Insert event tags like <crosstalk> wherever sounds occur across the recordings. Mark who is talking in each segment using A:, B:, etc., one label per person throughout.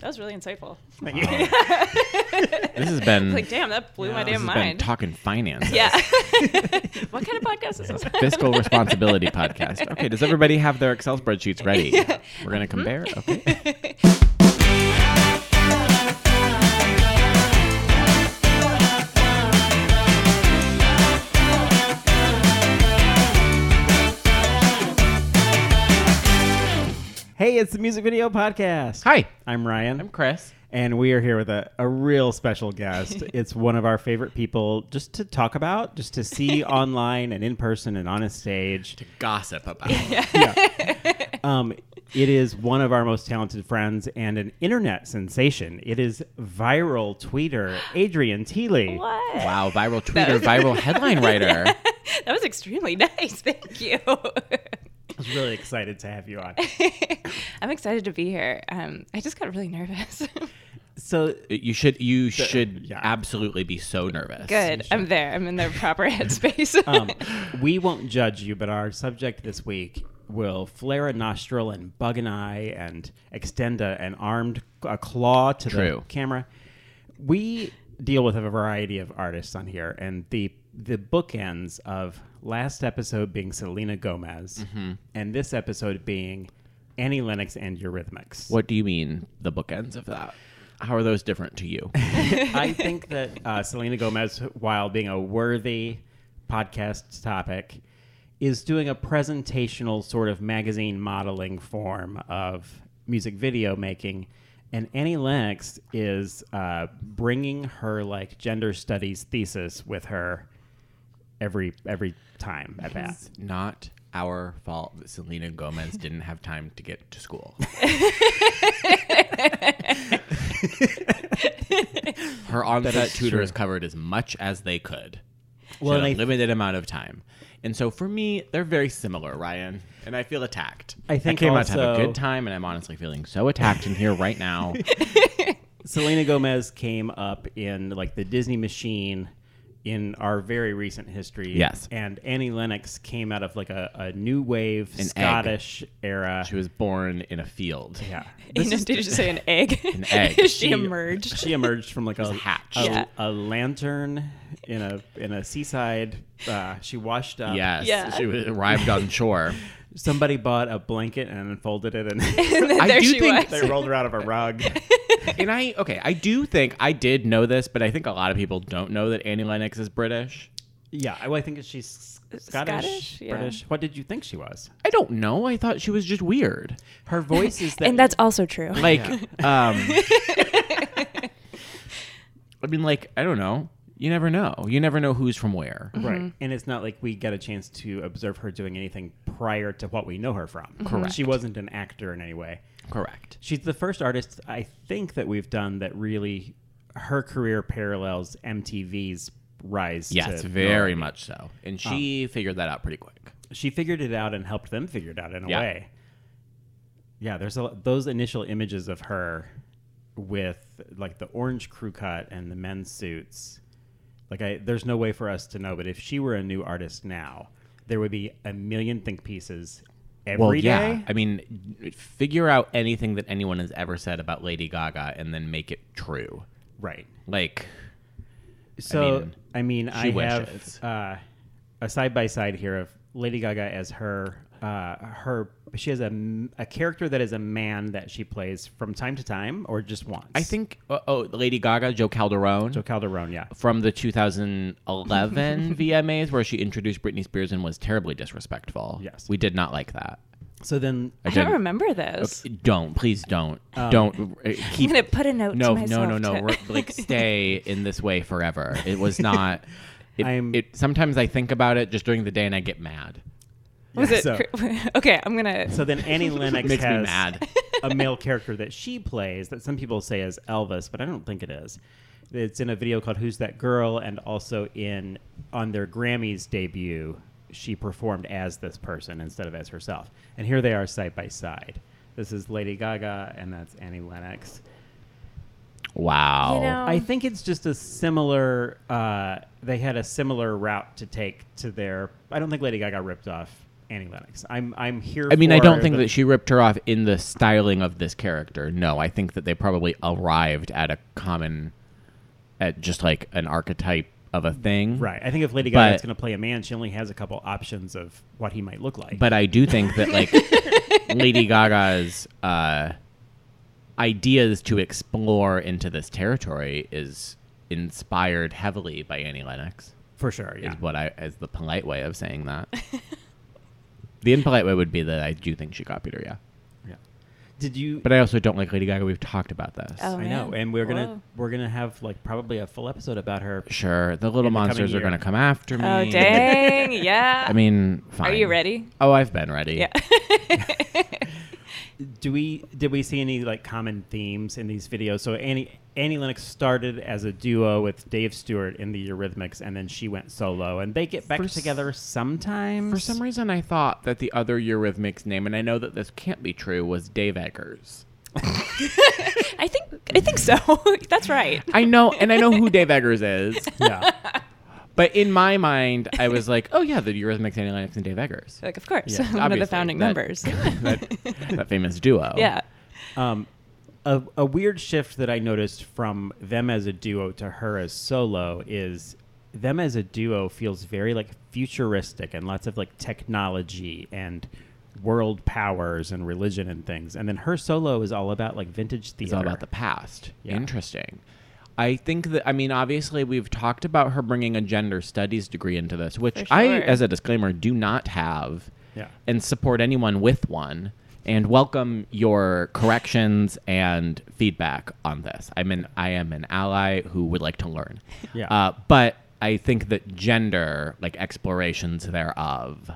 A: That was really insightful.
B: Thank you. <laughs>
A: <laughs>
C: This has been
A: Like, damn, that blew my
B: Yeah.
C: this
A: damn
C: has been
A: mind.
C: talking finance.
A: yeah. <laughs> what kind of podcast is this?
C: <laughs> Fiscal responsibility podcast. Okay, does everybody have their Excel spreadsheets ready? We're gonna compare. Okay.
B: hey, it's the music video podcast.
C: Hi,
B: I'm Ryan.
C: I'm Chris.
B: and we are here with a, a real special
C: <laughs>
B: guest. it's one of our favorite people just to talk about, just to
C: <laughs>
B: see online and in person and on a stage.
C: Gossip about. Yeah.
B: <laughs> Um, it is one of our most talented friends and an internet sensation. It is viral tweeter Adrian Teely.
A: <laughs> What?
C: Wow, viral
A: <laughs>
C: tweeter, viral headline writer.
A: That was extremely <laughs> nice. Thank you. <laughs>
B: I was really excited to have you on.
A: I'm excited to be here. Um, I just got really nervous. <laughs>
B: So
C: You should you should
B: yeah.
C: absolutely be so nervous.
A: Good. I'm there. I'm in the
C: <laughs>
A: proper headspace. <laughs>
B: um, we won't judge you, but our subject this week will flare a nostril and bug an eye and extend a, an armed a claw to
C: True.
B: the camera. We deal with a variety of artists on here, and the the bookends of last episode being Selena Gomez, and this episode being Annie Lennox and Eurythmics.
C: What do you mean the bookends of that? How are those different to you?
B: I think that uh, Selena Gomez, while being a worthy podcast topic, is doing a presentational sort of magazine modeling form of music video making. And Annie Lennox is uh, bringing her like gender studies thesis with her every every time at that.
C: Not our fault that Selena Gomez didn't have time to get to school. Her on-set tutors covered as much as they could.
B: Well,
C: Well,
B: and
C: a
B: I-
C: limited amount of time. And so for me, they're very similar, Ryan. And I feel attacked.
B: I think
C: I came out to have a
B: also-
C: good time, and I'm honestly feeling so attacked in here right now.
B: <laughs>
C: <laughs>
B: Selena Gomez came up in like the Disney machine in our very recent history.
C: Yes.
B: And Annie Lennox came out of like a, a new wave
C: egg.
B: Scottish era.
C: She was born in a field.
B: yeah.
A: you know, did you just say
C: <laughs>
A: an egg?
C: An
A: <laughs>
C: egg.
A: she,
B: She-
A: emerged.
B: <laughs> She emerged from like a
C: hatched.
B: a,
A: Yeah.
B: a lantern in a in a seaside. Uh, she washed up.
C: Yes,
A: Yeah.
C: she was, arrived
B: <laughs>
C: on shore.
B: Somebody bought a blanket and unfolded it, and <laughs>
A: And then
C: <laughs>
A: <laughs>
C: I
A: there
C: do
A: she
C: think
A: was.
B: they rolled her out of a
C: <laughs>
B: rug.
C: and I okay, I do think I did know this, but I think a lot of people don't know that Annie Lennox is British.
B: Yeah. Well, I think she's Scottish,
A: Scottish? Yeah.
B: British. What did you think she was?
C: I don't know. I thought she was just weird.
B: Her voice is that.
A: And that's also true.
C: Like <laughs> um I mean like I don't know. You never know. You never know who's from where.
B: Right. And it's not like we get a chance to observe her doing anything prior to what we know her from. Correct. She wasn't an actor in any way.
C: Correct.
B: She's the first artist I think that we've done that really her career parallels MTV's rise.
C: Yes,
B: to
C: very much so. And she figured that out pretty quick.
B: She figured it out and helped them figure it out in a
C: Yeah.
B: way. Yeah, there's a, those initial images of her with like the orange crew cut and the men's suits. Like I there's no way for us to know, but if she were a new artist now, there would be a million think pieces every day.
C: well, yeah. I mean, figure out anything that anyone has ever said about Lady Gaga and then make it true.
B: Right.
C: Like
B: So
C: mean,
B: I mean, I,
C: she wishes.
B: have uh, a side by side here of Lady Gaga as her uh, her she has a, m- a character that is a man that she plays from time to time or just once.
C: I think oh, oh Lady Gaga, Joe Calderone.
B: Joe Calderon, yeah.
C: from the <laughs> 2011 VMAs where she introduced Britney Spears and was terribly disrespectful.
B: Yes.
C: We did not like that.
B: So then
A: I don't remember this.
C: Don't, please don't.
B: Um,
C: don't uh, keep
A: I'm gonna put a note
C: No,
A: to
C: no,
A: myself.
C: no, no.
A: to-
C: We're-
A: <laughs>
C: like stay in this way forever. It was not it,
B: I'm-
C: it sometimes I think about it just during the day and I get mad.
A: was
B: yeah,
A: it
B: so,
A: cr- <laughs> okay? I'm gonna.
B: so then Annie Lennox
C: <laughs> makes me
B: has
C: mad.
B: a male character that she plays that some people say is Elvis, but I don't think it is. It's in a video called "Who's That Girl," and also in on their Grammys debut, she performed as this person instead of as herself. And here they are side by side. This is Lady Gaga, and that's Annie Lennox.
C: Wow.
A: You know-
B: I think it's just a similar. Uh, they had a similar route to take to their. I don't think Lady Gaga ripped off Annie Lennox. I'm I'm here.
C: I mean, I
B: for
C: don't think
B: the-
C: that she ripped her off in the styling of this character. No, I think that they probably arrived at a common, at just like an archetype of a thing.
B: Right. I think if Lady Gaga's
C: But-
B: going to play a man, she only has a couple options of what he might look like.
C: But I do think that like Lady Gaga's uh, ideas to explore into this territory is inspired heavily by Annie Lennox.
B: for sure, yeah.
C: Is what I is the polite way of saying that. <laughs> the impolite way would be that I do think she copied her. Yeah.
B: yeah. Did you?
C: But uh, I also don't like Lady Gaga. We've talked about this.
A: Oh,
B: I know,
A: man.
B: and we're gonna
A: Whoa.
B: we're gonna have like probably a full episode about her.
C: Sure, the little
B: In the coming
C: monsters are
B: year.
C: going to come after me.
A: Oh dang! Yeah.
C: <laughs> I mean, fine.
A: are you ready?
C: Oh, I've been ready.
A: <laughs>
C: <laughs>
A: Yeah.
B: Do we did we see any like common themes in these videos? So Annie Annie Lennox started as a duo with Dave Stewart in the Eurythmics, and then she went solo, and they get back
C: For s-
B: together sometimes.
C: For some reason, I thought that the other Eurythmics name, and I know that this can't be true, was Dave Eggers.
A: I think I think so. <laughs> That's right.
C: I know, and I know who Dave Eggers is,
B: yeah.
C: but in my mind, I was like, oh yeah, the Eurythmics, Annie Lennox, and Dave Eggers.
A: Like, of course,
B: Yeah,
A: <laughs> one of
C: Obviously,
A: the founding
C: that- Oh,
A: members.
C: that, that famous duo.
A: <laughs> yeah.
B: Um, a, a weird shift that I noticed from them as a duo to her as solo is them as a duo feels very like futuristic and lots of like technology and world powers and religion and things. And then her solo is all about like vintage theater.
C: It's all about the past.
B: Yeah.
C: Interesting. I think that I mean obviously we've talked about her bringing a gender studies degree into this, which
A: For
C: I
A: sure.
C: as a disclaimer do not have.
B: Yeah.
C: And support anyone with one and welcome your corrections and feedback on this. I'm an I am an ally who would like to learn.
B: Yeah.
C: Uh, but I think that gender like explorations thereof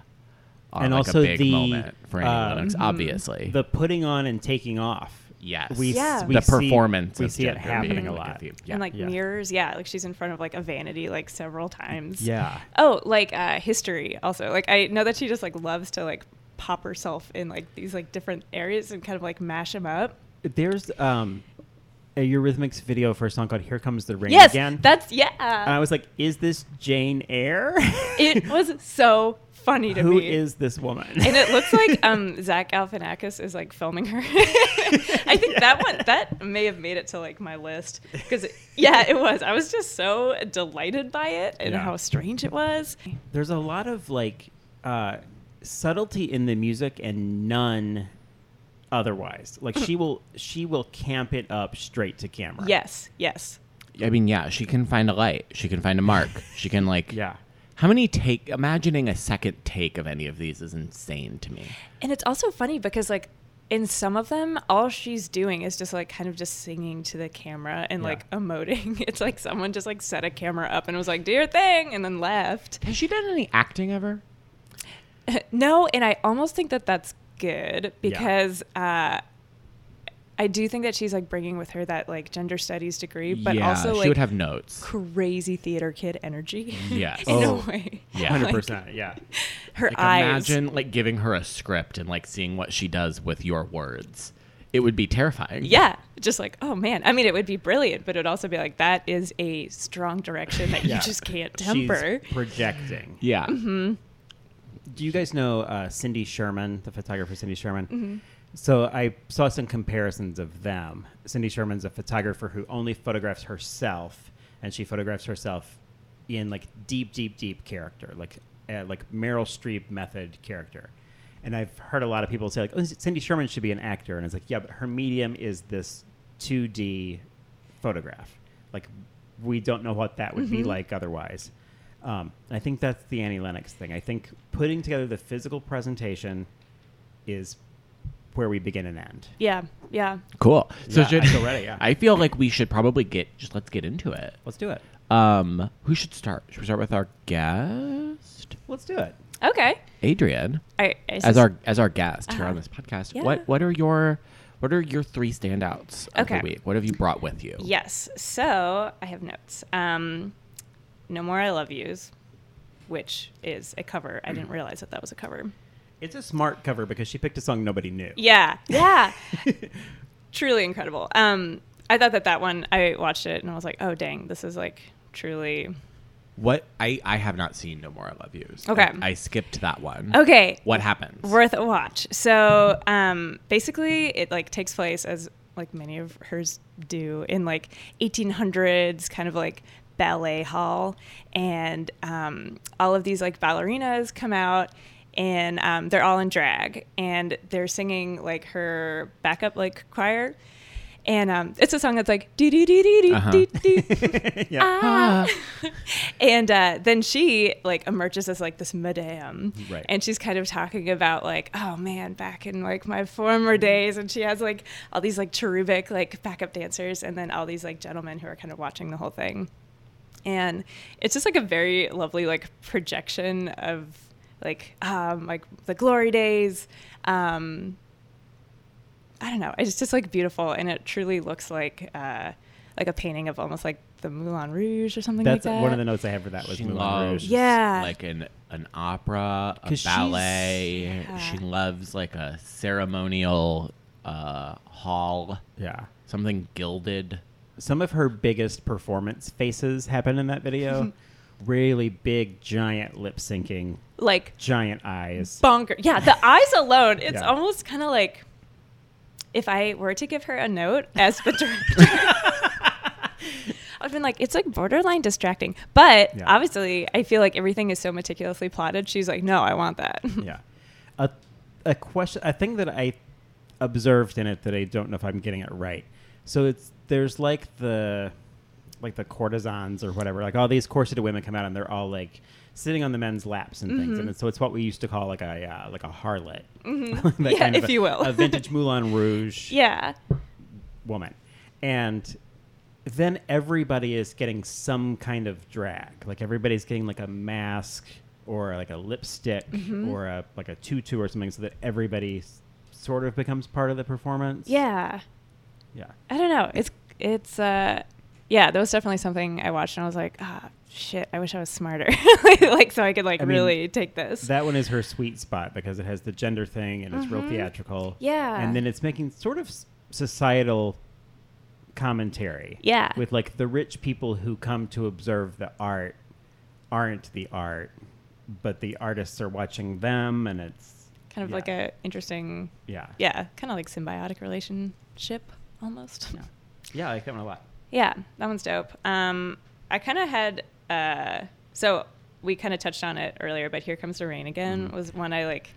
C: are
B: And
C: like
B: also
C: a big
B: the,
C: moment for Annie
B: uh,
C: Lennox, obviously.
B: the putting on and taking off.
C: Yes.
B: We, s-
A: Yeah.
B: we
C: the
B: see-
C: performance.
B: we
C: of
B: see it
C: gender
B: happening
C: being
B: a
C: like
B: lot.
C: theme.
A: and like
B: yeah.
A: mirrors. Yeah, like she's in front of like a vanity like several times.
B: Yeah.
A: Oh, like uh, history also. Like I know that she just like loves to like pop herself in like these like different areas and kind of like mash them up.
B: There's um, a Eurythmics video for a song called Here Comes the Rain
A: yes,
B: Again.
A: that's
B: and I
A: yeah.
B: was like, is this Jane Eyre?
A: it was
B: <laughs>
A: so funny to
B: Who
A: me.
B: is this woman?
A: and it looks
B: <laughs>
A: like um Zach Galifianakis is like filming her. <laughs> I think that one that may have made it to like my list because yeah, it was. I was just so delighted by it and
B: Yeah.
A: how strange it was.
B: There's a lot of like uh, subtlety in the music and none otherwise. Like
A: Hmm.
B: she will she will camp it up straight to camera.
A: Yes, yes.
C: I mean, yeah, she can find a light. She can find a mark. She can
A: <laughs>
C: like.
B: Yeah.
C: How many take? Imagining a second take of any of these is insane to me.
A: And it's also funny because like in some of them, all she's doing is just like kind of just singing to the camera and
B: Yeah.
A: like emoting. <laughs> It's like someone just like set a camera up and was like, "Do your thing," and then left.
C: Has she done any acting ever?
A: no, and I almost think that that's good because uh, I do think that she's like bringing with her that like gender studies degree, but
C: yeah,
A: also
C: she
A: like
C: would have notes.
A: <laughs> crazy theater kid energy.
C: Yes.
A: <laughs> in
B: Oh.
A: a way.
C: Yeah.
B: Hundred percent.
A: <laughs>
B: Yeah.
A: Her
C: Like,
A: eyes.
C: imagine like giving her a script and like seeing what she does with your words. It would be terrifying.
A: Yeah. Just like, oh man. I mean, it would be brilliant, but it would also be like, that is a strong direction that
B: Yeah.
A: you just can't temper.
B: She's projecting.
C: Yeah.
A: Mm-hmm.
B: Do you guys know uh, Cindy Sherman, the photographer Cindy Sherman? So I saw some comparisons of them. Cindy Sherman's a photographer who only photographs herself, and she photographs herself in like deep, deep, deep character, like uh, like Meryl Streep method character. And I've heard a lot of people say like, "Oh, Cindy Sherman should be an actor," and it's like, yeah, but her medium is this 2D photograph. Like, we don't know what that would
A: Mm-hmm.
B: be like otherwise. Um, and I think that's the Annie Lennox thing. I think putting together the physical presentation is where we begin and end.
A: Yeah. Yeah.
C: Cool. So
B: Yeah,
C: should,
B: I feel ready, yeah.
C: I feel like we should probably get just let's get into it.
B: Let's do it.
C: Um, who should start? Should we start with our guest,
B: Let's do it.
A: Okay.
C: Adrian?
A: I, I
C: as
A: just-
C: our as our guest here
A: Uh-huh.
C: on this podcast.
A: Yeah.
C: What what are your what are your three standouts of
A: Okay.
C: the week? What have you brought with you?
A: Yes. So I have notes. Um, no More I Love Yous, which is a cover. I didn't realize that that was a cover.
B: It's a smart cover because she picked a song nobody knew.
A: Yeah. Yeah. truly incredible. Um, I thought that that one, I watched it and I was like, oh, dang, this is like truly
C: What I I have not seen No More I Love Yous.
A: Okay.
C: I, I skipped that one.
A: Okay.
C: What happens?
A: worth a watch. So um, basically, it like takes place as like many of hers do in like 1800s kind of like ballet hall, and um, all of these like ballerinas come out. And um, they're all in drag, and they're singing like her backup like choir, and um, it's a song that's like do do do do
C: Uh-huh.
A: do do do
B: yeah.
A: ah. and uh, then she like emerges as like this madame
B: Right.
A: and she's kind of talking about like oh man back in like my former days and she has like all these like cherubic like backup dancers and then all these like gentlemen who are kind of watching the whole thing and it's just like a very lovely like projection of like um like the glory days um I don't know. It's just like beautiful, and it truly looks like uh, like a painting of almost like the Moulin Rouge or something
B: That's
A: like that.
B: one of the notes I have for that was
C: She
B: Moulin
C: loves
B: Rouge.
A: Yeah.
C: like an an opera, a
B: 'Cause she's-
C: ballet.
A: Yeah.
C: She loves like a ceremonial uh, hall,
B: Yeah.
C: something gilded.
B: some of her biggest performance faces happen in that
A: <laughs>
B: video. really big, giant lip syncing,
A: like
B: giant eyes.
A: bonker. Yeah,
B: <laughs>
A: the eyes alone. It's
B: Yeah.
A: almost kind of like if I were to give her a
B: <laughs>
A: note as the director. <laughs> I've been like, it's like borderline distracting, but
B: Yeah.
A: obviously, I feel like everything is so meticulously plotted. She's like, no, I want that. <laughs>
B: yeah. A, a question, a thing that I observed in it that I don't know if I'm getting it right. So it's there's like the like the courtesans or whatever, like all these corseted women come out and they're all like sitting on the men's laps and things,
A: Mm-hmm.
B: and so it's what we used to call like a uh, like a harlot, <laughs> That
A: Mm-hmm. Yeah,
B: kind of
A: if
B: a-
A: you will. <laughs>
B: a vintage Moulin Rouge.
A: yeah,
B: woman. And then everybody is getting some kind of drag. Like everybody's getting like a mask or like a lipstick or a like a tutu or something so that everybody s- sort of becomes part of the performance.
A: yeah.
B: Yeah.
A: I don't know. It's it's uh yeah, that was definitely something I watched and I was like, ah, shit, I wish I was smarter. <laughs> like, like, so I could like
B: I mean,
A: really take this.
B: That one is her sweet spot because it has the gender thing and it's real theatrical.
A: Mm-hmm. Yeah.
B: And then it's making sort of s- societal commentary.
A: Yeah.
B: With like the rich people who come to observe the art aren't the art, but the artists are watching them and it's
A: kind of
B: yeah.
A: like a interesting
B: yeah.
A: yeah, kind of like symbiotic relationship almost.
B: Yeah. Yeah, I like that one a lot.
A: <laughs> Yeah, that one's dope. Um, I kind of had uh, so we kind of touched on it earlier, but here comes the rain again was one I like.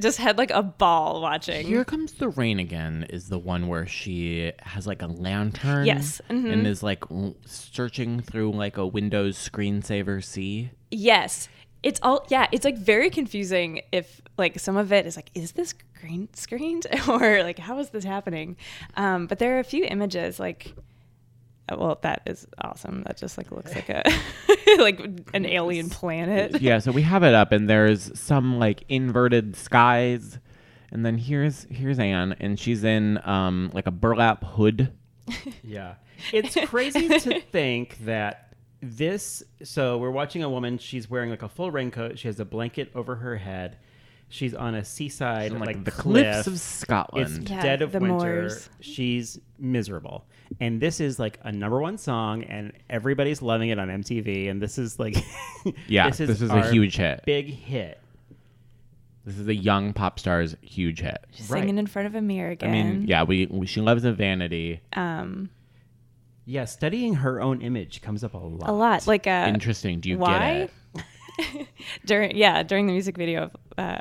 A: Just had like a ball watching.
C: Here comes the rain again is the one where she has like a lantern.
A: Yes, mhm.
C: and is like w- searching through like a Windows screensaver. C.
A: Yes. It's all yeah, it's like very confusing if like some of it is like, is this green screened? <laughs> or like how is this happening? Um, but there are a few images like uh, well, that is awesome. That just like looks like a <laughs> like an alien <laughs> planet.
C: yeah, so we have it up, and there's some like inverted skies, and then here's here's Anne, and she's in um like a burlap hood.
B: Yeah. It's crazy
A: <laughs>
B: to think that this so we're watching a woman, she's wearing like a full raincoat, she has a blanket over her head. She's on a seaside
C: in,
B: like,
C: like, the
B: cliff.
C: cliffs of
B: It's
C: Scotland.
A: Yeah,
B: dead of
A: the
B: winter.
A: Moors.
B: She's miserable. And this is like a number one song, and everybody's loving it on MTV. And this is like, <laughs>
C: Yeah, this is a
B: our
C: huge hit.
B: big hit.
C: This is a young pop star's huge hit.
A: Just
B: Right.
A: Singing in front of a mirror
C: I
A: again.
C: mean, yeah, we, we she loves a vanity.
A: Um
B: Yeah, studying her own image comes up a lot.
A: a lot. Like uh
C: Interesting. Do you
A: why?
C: get
A: <laughs> during yeah, during the music video of uh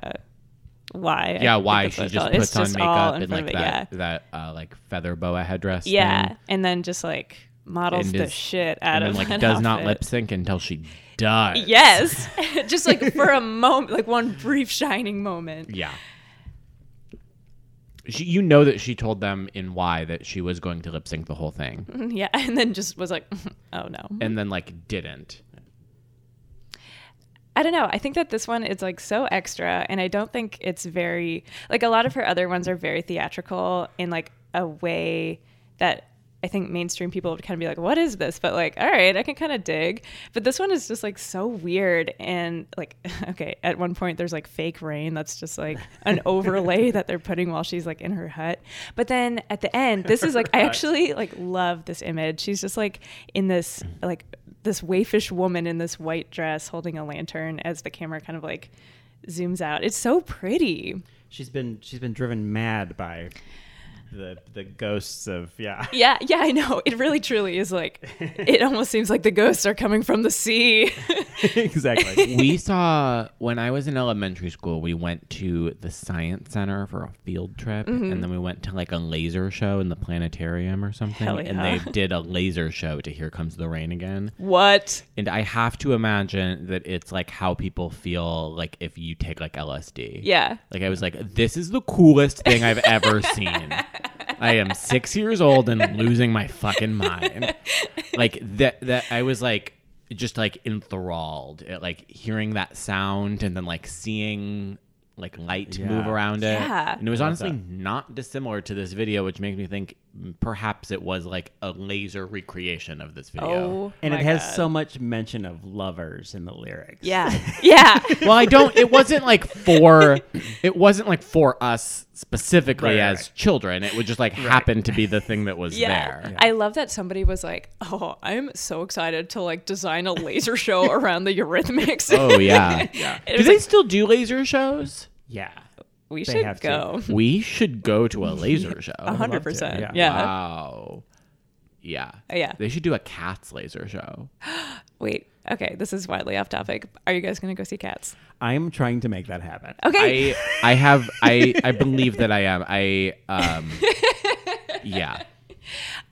A: why.
C: it?
A: I
C: Yeah,
A: think
C: why
A: that's
C: she
A: what it's
C: just
A: called.
C: puts
A: It's
C: on
A: just all
C: makeup
A: in
C: and
A: front
C: like
A: of it, yeah.
C: that that uh, like feather boa headdress.
A: Yeah,
C: thing,
A: and then just like models
C: And
A: the
C: is-
A: shit out
C: and then
A: of
C: like
A: that
C: does not
A: outfit.
C: lip sync until she does. <laughs>
A: Yes, <laughs> just like for a moment, like one brief shining moment.
C: Yeah. She, you know that she told them in why that she was going to lip sync the whole thing,
A: <laughs> Yeah, and then just was like, <laughs> oh no.
C: and then like didn't.
A: I don't know. I think that this one is like so extra, and I don't think it's very like a lot of her other ones are very theatrical in like a way that I think mainstream people would kind of be like, "What is this?" But like, all right, I can kind of dig. But this one is just like so weird and like, <laughs> okay, at one point there's like fake rain that's just like an overlay that they're putting while she's like in her hut. But then at the end, this is like I
B: Right.
A: actually like love this image. She's just like in this like this waifish woman in this white dress holding a lantern as the camera kind of like zooms out. It's so pretty.
B: She's been she's been driven mad by the the ghosts of <laughs>
A: <laughs>
B: yeah.
A: Yeah, yeah, I know. It really truly is <laughs> like it almost seems like the ghosts are coming from the sea. <laughs>
B: exactly.
C: we saw when I was in elementary school, we went to the science center for a field trip
A: Mm-hmm.
C: and then we went to like a laser show in the planetarium or something.
A: Hell
C: And
A: yeah.
C: they did a laser show to Here Comes the Rain Again.
A: what?
C: And I have to imagine that it's like how people feel like if you take like LSD.
A: Yeah.
C: Like I was like, this is the coolest thing
A: <laughs>
C: I've ever seen. I am six years old and losing my fucking mind. Like that that I was like just like enthralled at like hearing that sound and then like seeing like light
B: Yeah.
C: move around it.
A: Yeah.
C: And it was honestly
B: that.
C: not dissimilar to this video, which makes me think mm, perhaps it was like a laser recreation of this video.
A: Oh.
B: And
A: my
B: it has
A: God.
B: so much mention of lovers in the lyrics.
A: Yeah.
B: <laughs>
A: <laughs> Yeah.
C: well i don't it wasn't like for it wasn't like for us specifically
B: Right, right,
C: as
B: right.
C: children it would just like happen to be the thing that was
A: Yeah.
C: there
A: I love that somebody was like, "Oh, I'm so excited to like design a laser <laughs> show around the Eurythmics."
C: oh <laughs> yeah
B: Yeah.
A: It
C: do
A: was
C: they
A: like,
C: still do laser shows
B: Yeah.
A: <laughs> we
B: they
A: should
B: have to.
A: go.
C: we should go to
A: <laughs>
C: a laser show
A: A hundred
B: love to,
A: percent.
B: yeah.
A: Yeah. Oh,
C: wow yeah
A: Yeah.
C: they should do a cats
A: <laughs>
C: laser show
A: Wait. Okay, this is wildly off topic. Are you guys gonna go see cats?
B: I'm trying to make that happen.
A: Okay.
C: i i have i i believe that i am i
A: <laughs>
C: um yeah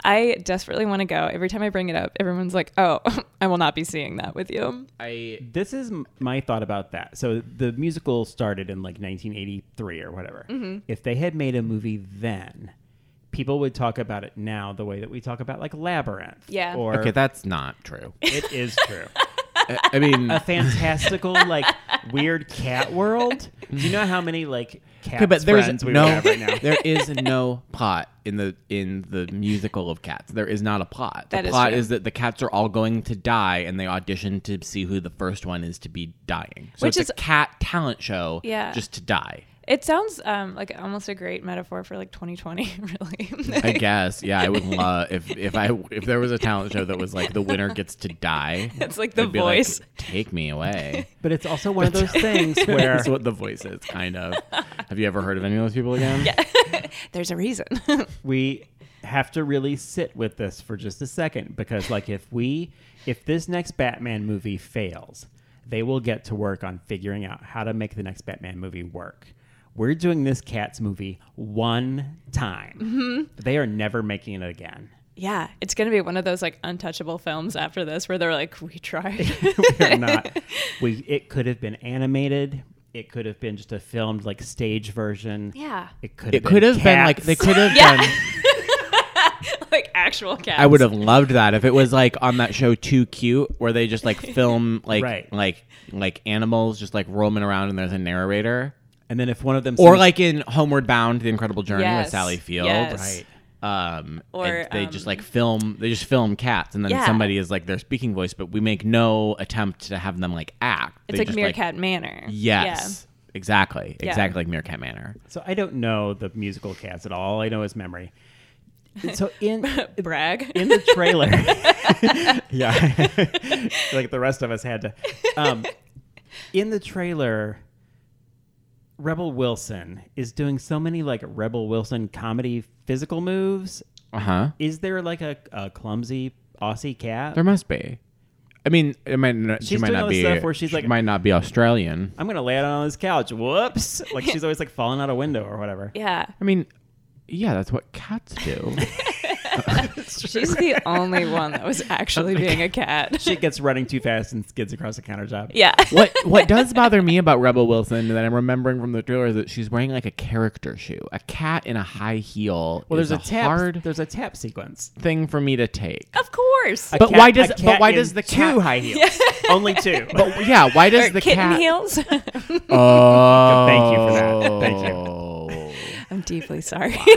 A: I desperately want to go. Every time I bring it up, everyone's like, "Oh, <laughs> I will not be seeing that with you."
C: i
B: This is m- my thought about that. So the musical started in like 1983 or whatever. If they had made a movie then, people would talk about it now the way that we talk about like Labyrinth.
A: Yeah.
B: Or
C: okay that's not true
B: <laughs> it is true.
C: i, I
A: <laughs>
C: mean
B: a fantastical like weird cat world. Do you know how many like cat
C: Okay, but
B: friends
C: there's
B: we
C: no,
B: would have right now?
C: <laughs> there is no plot in the in the musical of Cats. There is not a plot. The
A: That is
C: plot
A: true.
C: is that the cats are all going to die, and they audition to see who the first one is to be dying. So
A: Which
C: it's
A: is-
C: a cat talent show,
A: Yeah.
C: just to die.
A: It sounds um, like almost a great metaphor for like 2020, <laughs> really.
C: I guess. Yeah, I would love if if I if there was a talent show that was like the winner gets to die.
A: <laughs> It's like The
C: I'd be like,
A: Voice.
C: Take me
A: <laughs>
C: away.
B: But it's also one of those
C: <laughs>
B: things where
C: That's what the voice is, kind of. Have you ever heard of any of those people again? Yeah.
A: There's a reason. <laughs>
B: we have to really sit with this for just a second because like if we if this next Batman movie fails, they will get to work on figuring out how to make the next Batman movie work. We're doing this cat's movie one time. They are never making it again. <laughs>
A: yeah, it's gonna be one of those like untouchable films after this where they're like, "We
C: <laughs>
A: tried."
B: We're not. We it could have been animated. It could have been just a filmed like stage version.
C: <laughs>
A: yeah,
B: It could have
C: It could have been like
B: cats.
C: they could have
A: Yeah.
C: done.
A: like actual cats.
C: I would have loved that if it was like on that show Too Cute, where they
A: <laughs>
C: just like film like
B: Right.
C: like like animals just like roaming around and there's a narrator,
B: and then if one of them
C: or
B: sings-
C: like in Homeward Bound: The Incredible Journey
A: Yes,
C: with Sally Field.
A: yes.
B: right.
C: Um,
A: Or,
C: and they just
A: um,
C: like film, they just film cats, and then
A: Yeah.
C: somebody is like their speaking voice, but we make no attempt to have them like act.
A: It's
C: They
A: like
C: just,
A: Meerkat Manor.
C: yes, exactly,
A: Yeah.
C: exactly like Meerkat Manor.
B: So I don't know the musical cats at all. All I know is memory. So in
A: Yeah. <laughs>
C: <laughs>
A: Brag.
B: in the trailer, yeah, <laughs> like the rest of us had to. Um, in the trailer, Rebel Wilson is doing so many like Rebel Wilson comedy physical moves.
C: Uh huh.
B: Is there like a, a clumsy Aussie cat?
C: There must be. I mean, it might not, she
B: She's
C: might
B: doing
C: not
B: all this
C: be.
B: stuff where she's
C: she
B: like-
C: might not be Australian.
B: I'm gonna lay it on this couch. Whoops! Like she's always like falling out a window or whatever.
A: Yeah,
C: I mean, yeah, that's what cats do.
A: she's the only one that was actually being a
C: <laughs>
A: cat. <laughs>
B: She gets running too fast and skids across the countertop.
A: yeah.
C: what what does bother me about Rebel Wilson that I'm remembering from the trailer is that she's wearing like a character shoe. A cat in a high heel
B: Well, there's
C: is
B: a, tap.
C: hard
B: There's a tap sequence.
C: thing for me to take.
A: Of course.
C: But why does-
B: a
C: but why
B: in
C: does the
B: two
C: cat-
B: high heels?
C: <laughs>
B: Only <laughs> two.
C: But yeah, why does
A: Or
C: the
A: kitten
C: cat? <laughs>
A: heels. <laughs>
C: Oh,
B: Thank you for that. Thank
C: you.
A: I'm deeply sorry. <laughs>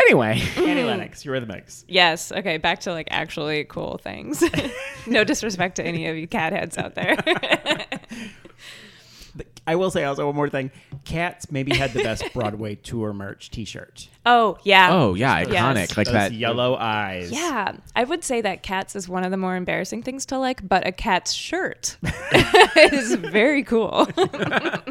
C: Anyway,
B: Annie Lennox, you're the mix.
A: yes. Okay. Back to like actually cool things. <laughs> no disrespect to any of you cat heads out there.
B: The I will say also one more thing. Cats maybe had the best Broadway tour merch T-shirt.
A: <laughs> Oh yeah.
C: Oh yeah, iconic.
A: Yes.
C: Like
B: Those
C: that.
B: yellow eyes.
A: Yeah, I would say that cats is one of the more embarrassing things to like, but a cat's
C: <laughs>
A: shirt is very cool.
B: A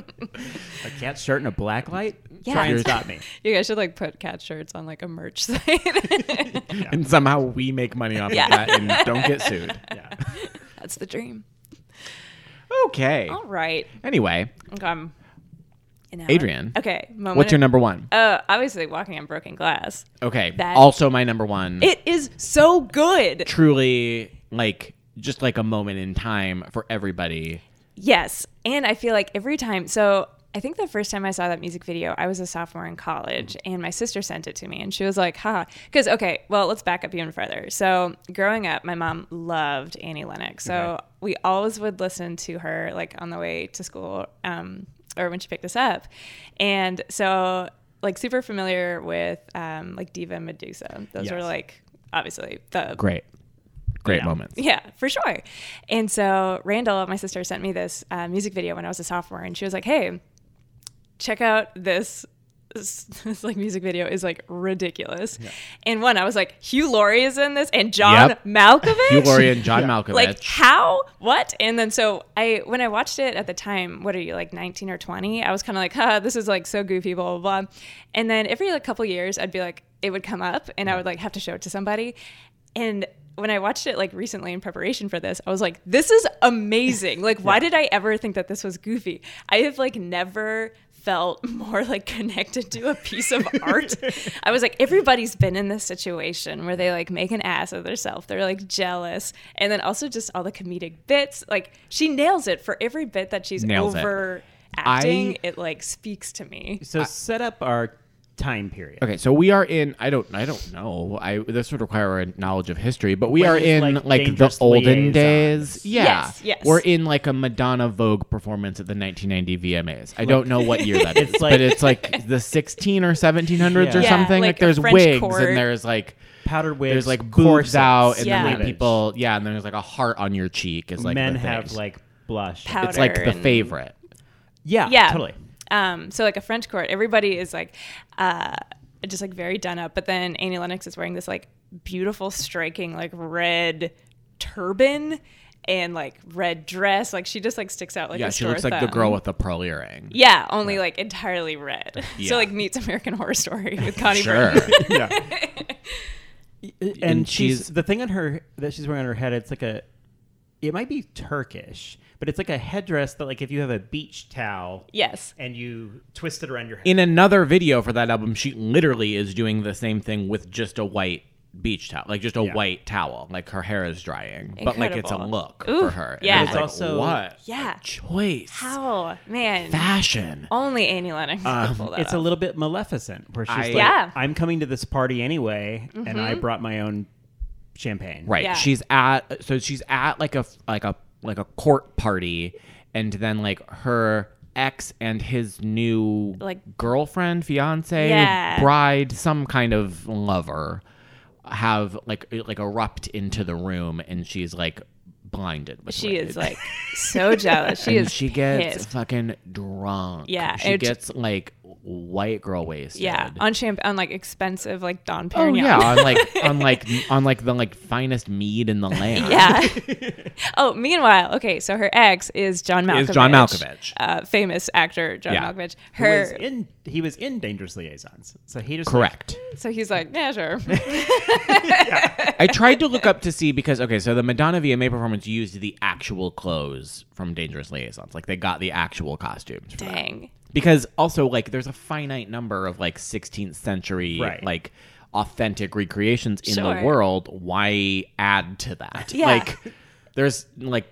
B: cat shirt and a black light.
A: Yeah.
B: Try and
A: You're-
B: stop me.
A: you guys should like put cat shirts on like a merch <laughs> site.
C: <laughs> And somehow we make money off
A: Yeah.
C: of that and don't
A: <laughs>
C: get sued.
B: Yeah.
A: That's the dream.
C: Okay.
A: All right.
C: Anyway,
A: Okay. I'm an hour.
C: Adrian,
A: Okay. Moment
C: what's your
A: of-
C: number one?
A: Uh, obviously, walking on broken glass.
C: Okay.
A: That-
C: also, my number one.
A: It is so good.
C: truly, like, just like a moment in time for everybody.
A: Yes. And I feel like every time, so I think the first time I saw that music video, I was a sophomore in college and my sister sent it to me and she was like, haha. Because, okay, well, let's back up even further. So growing up, my mom loved Annie Lennox. So we always would listen to her like on the way to school um, or when she picked us up. And so, like, super familiar with um, like Diva and Medusa. Those were
B: Yes.
A: like, obviously, the
C: Great. Great moments.
A: yeah, for sure. And so Randall, my sister, sent me this uh, music video when I was a sophomore, and she was like, "Hey, check out this." This, <laughs> this, like music video is like ridiculous, and one I was like Hugh Laurie is in this and John
C: Yep.
A: Malkovich.
C: Hugh Laurie and John Malkovich.
A: like how what? And then so I when I watched it at the time, what are you like nineteen or twenty? I was kind of like, huh, this is like so goofy, blah blah blah. And then every like couple years, I'd be like, it would come up, and I would like have to show it to somebody, and when I watched it like recently in preparation for this, I was like, this is amazing. Like, why did I ever think that this was goofy? I have like never felt <laughs> more like connected to a piece of art. I was like, everybody's been in this situation where they like make an ass of themselves. They're like jealous. And then also just all the comedic bits. Like, she nails it for every bit that she's
C: Nails it.
A: over acting. it like speaks to me.
B: So set up our time period.
C: Okay, so we are in. I don't. I don't know. I this would require a knowledge of history, but we
B: When
C: are
B: it's,
C: in
B: like,
C: like, the
B: dangerous
C: olden
B: liaisons.
C: days. Yeah.
A: Yes, yes.
C: We're in like a Madonna Vogue performance at the 1990 VMAs. I don't know what year <laughs> that is,
B: like-
C: but it's like the 16 or 1700s or
B: Yeah. Yeah,
C: something.
A: like
C: Like,
A: a
C: there's
A: French
C: wigs
A: court.
C: and there's like
B: Powdered wigs.
C: there's like boobs
B: corsets,
C: out and
A: Yeah.
C: then like
B: cleavage.
C: people yeah, and then there's like a heart on your cheek is like
B: Men
C: the
B: have
C: things.
B: like blush.
A: Powder.
C: it's like the
A: and-
C: favorite.
B: Yeah.
A: Yeah.
B: Totally.
A: Um, so like a French court, everybody is like uh, just like very done up. But then Annie Lennox is wearing this like beautiful, striking like red turban and like red dress. Like she just like sticks out like
C: yeah,
A: a
C: she
A: sore
C: looks like the
A: thumb.
C: girl with the pearl earring.
A: Yeah, only like entirely red.
C: <laughs> Yeah.
A: So like meets American Horror Story with Connie
C: Sure.
A: Britton. <laughs>
C: <laughs>
B: yeah. And,
C: And
B: she's,
C: she's-
B: the thing on her that she's wearing on her head. It's like a, it might be Turkish, but it's like a headdress that like if you have a beach towel
A: Yes.
B: and you twist it around your head.
C: in another video for that album, she literally is doing the same thing with just a white beach towel, like just a
B: Yeah.
C: white towel. Like her hair is drying, but like it's a
A: Incredible.
C: look
A: Ooh,
C: for her.
A: yeah.
C: and it's
A: It's
C: like,
B: also-
C: what?
A: Yeah.
C: a choice,
A: How man.
C: fashion.
A: only Annie Lennox
C: Um,
A: could pull that
B: it's
A: off.
B: a little bit maleficent, where she's
C: I- Mm-hmm.
B: like,
A: Yeah.
B: "I'm coming to this party anyway, and I brought my own champagne."
C: Right.
A: Yeah.
C: She's at so she's at like a like a like a court party, and then like her ex and his new
A: Like-
C: girlfriend, fiance,
A: Yeah.
C: bride, some kind of lover, have like like erupt into the room, and she's like blinded. With
A: she
C: rage.
A: is like so
C: <laughs>
A: jealous. She
C: and
A: is
C: she gets
A: pissed.
C: fucking drunk.
A: Yeah,
C: she
A: it-
C: gets like white girl wasted.
A: Yeah, on champ on like expensive like Don
C: oh
A: Perignon.
C: yeah, on like on
A: <laughs>
C: like on like the like finest mead in the land. <laughs>
A: Yeah. oh, meanwhile, okay, so her ex is John Malkovich.
C: Is John Malkovich.
A: Uh, famous actor John
C: Yeah.
A: Malkovich.
B: Who was
A: Her
B: in he was in Dangerous Liaisons, so he just
C: Correct.
A: so he's like, yeah,
C: <laughs>
A: sure.
C: I tried to look up to see because okay, so the Madonna VMA performance used the actual clothes from Dangerous Liaisons. Like they got the actual costumes. For that.
A: Dang.
C: Because also like there's a finite number of like 16th century
B: Right.
C: like authentic recreations in
A: Sure.
C: the world. Why add to that?
A: Yeah.
C: Like there's like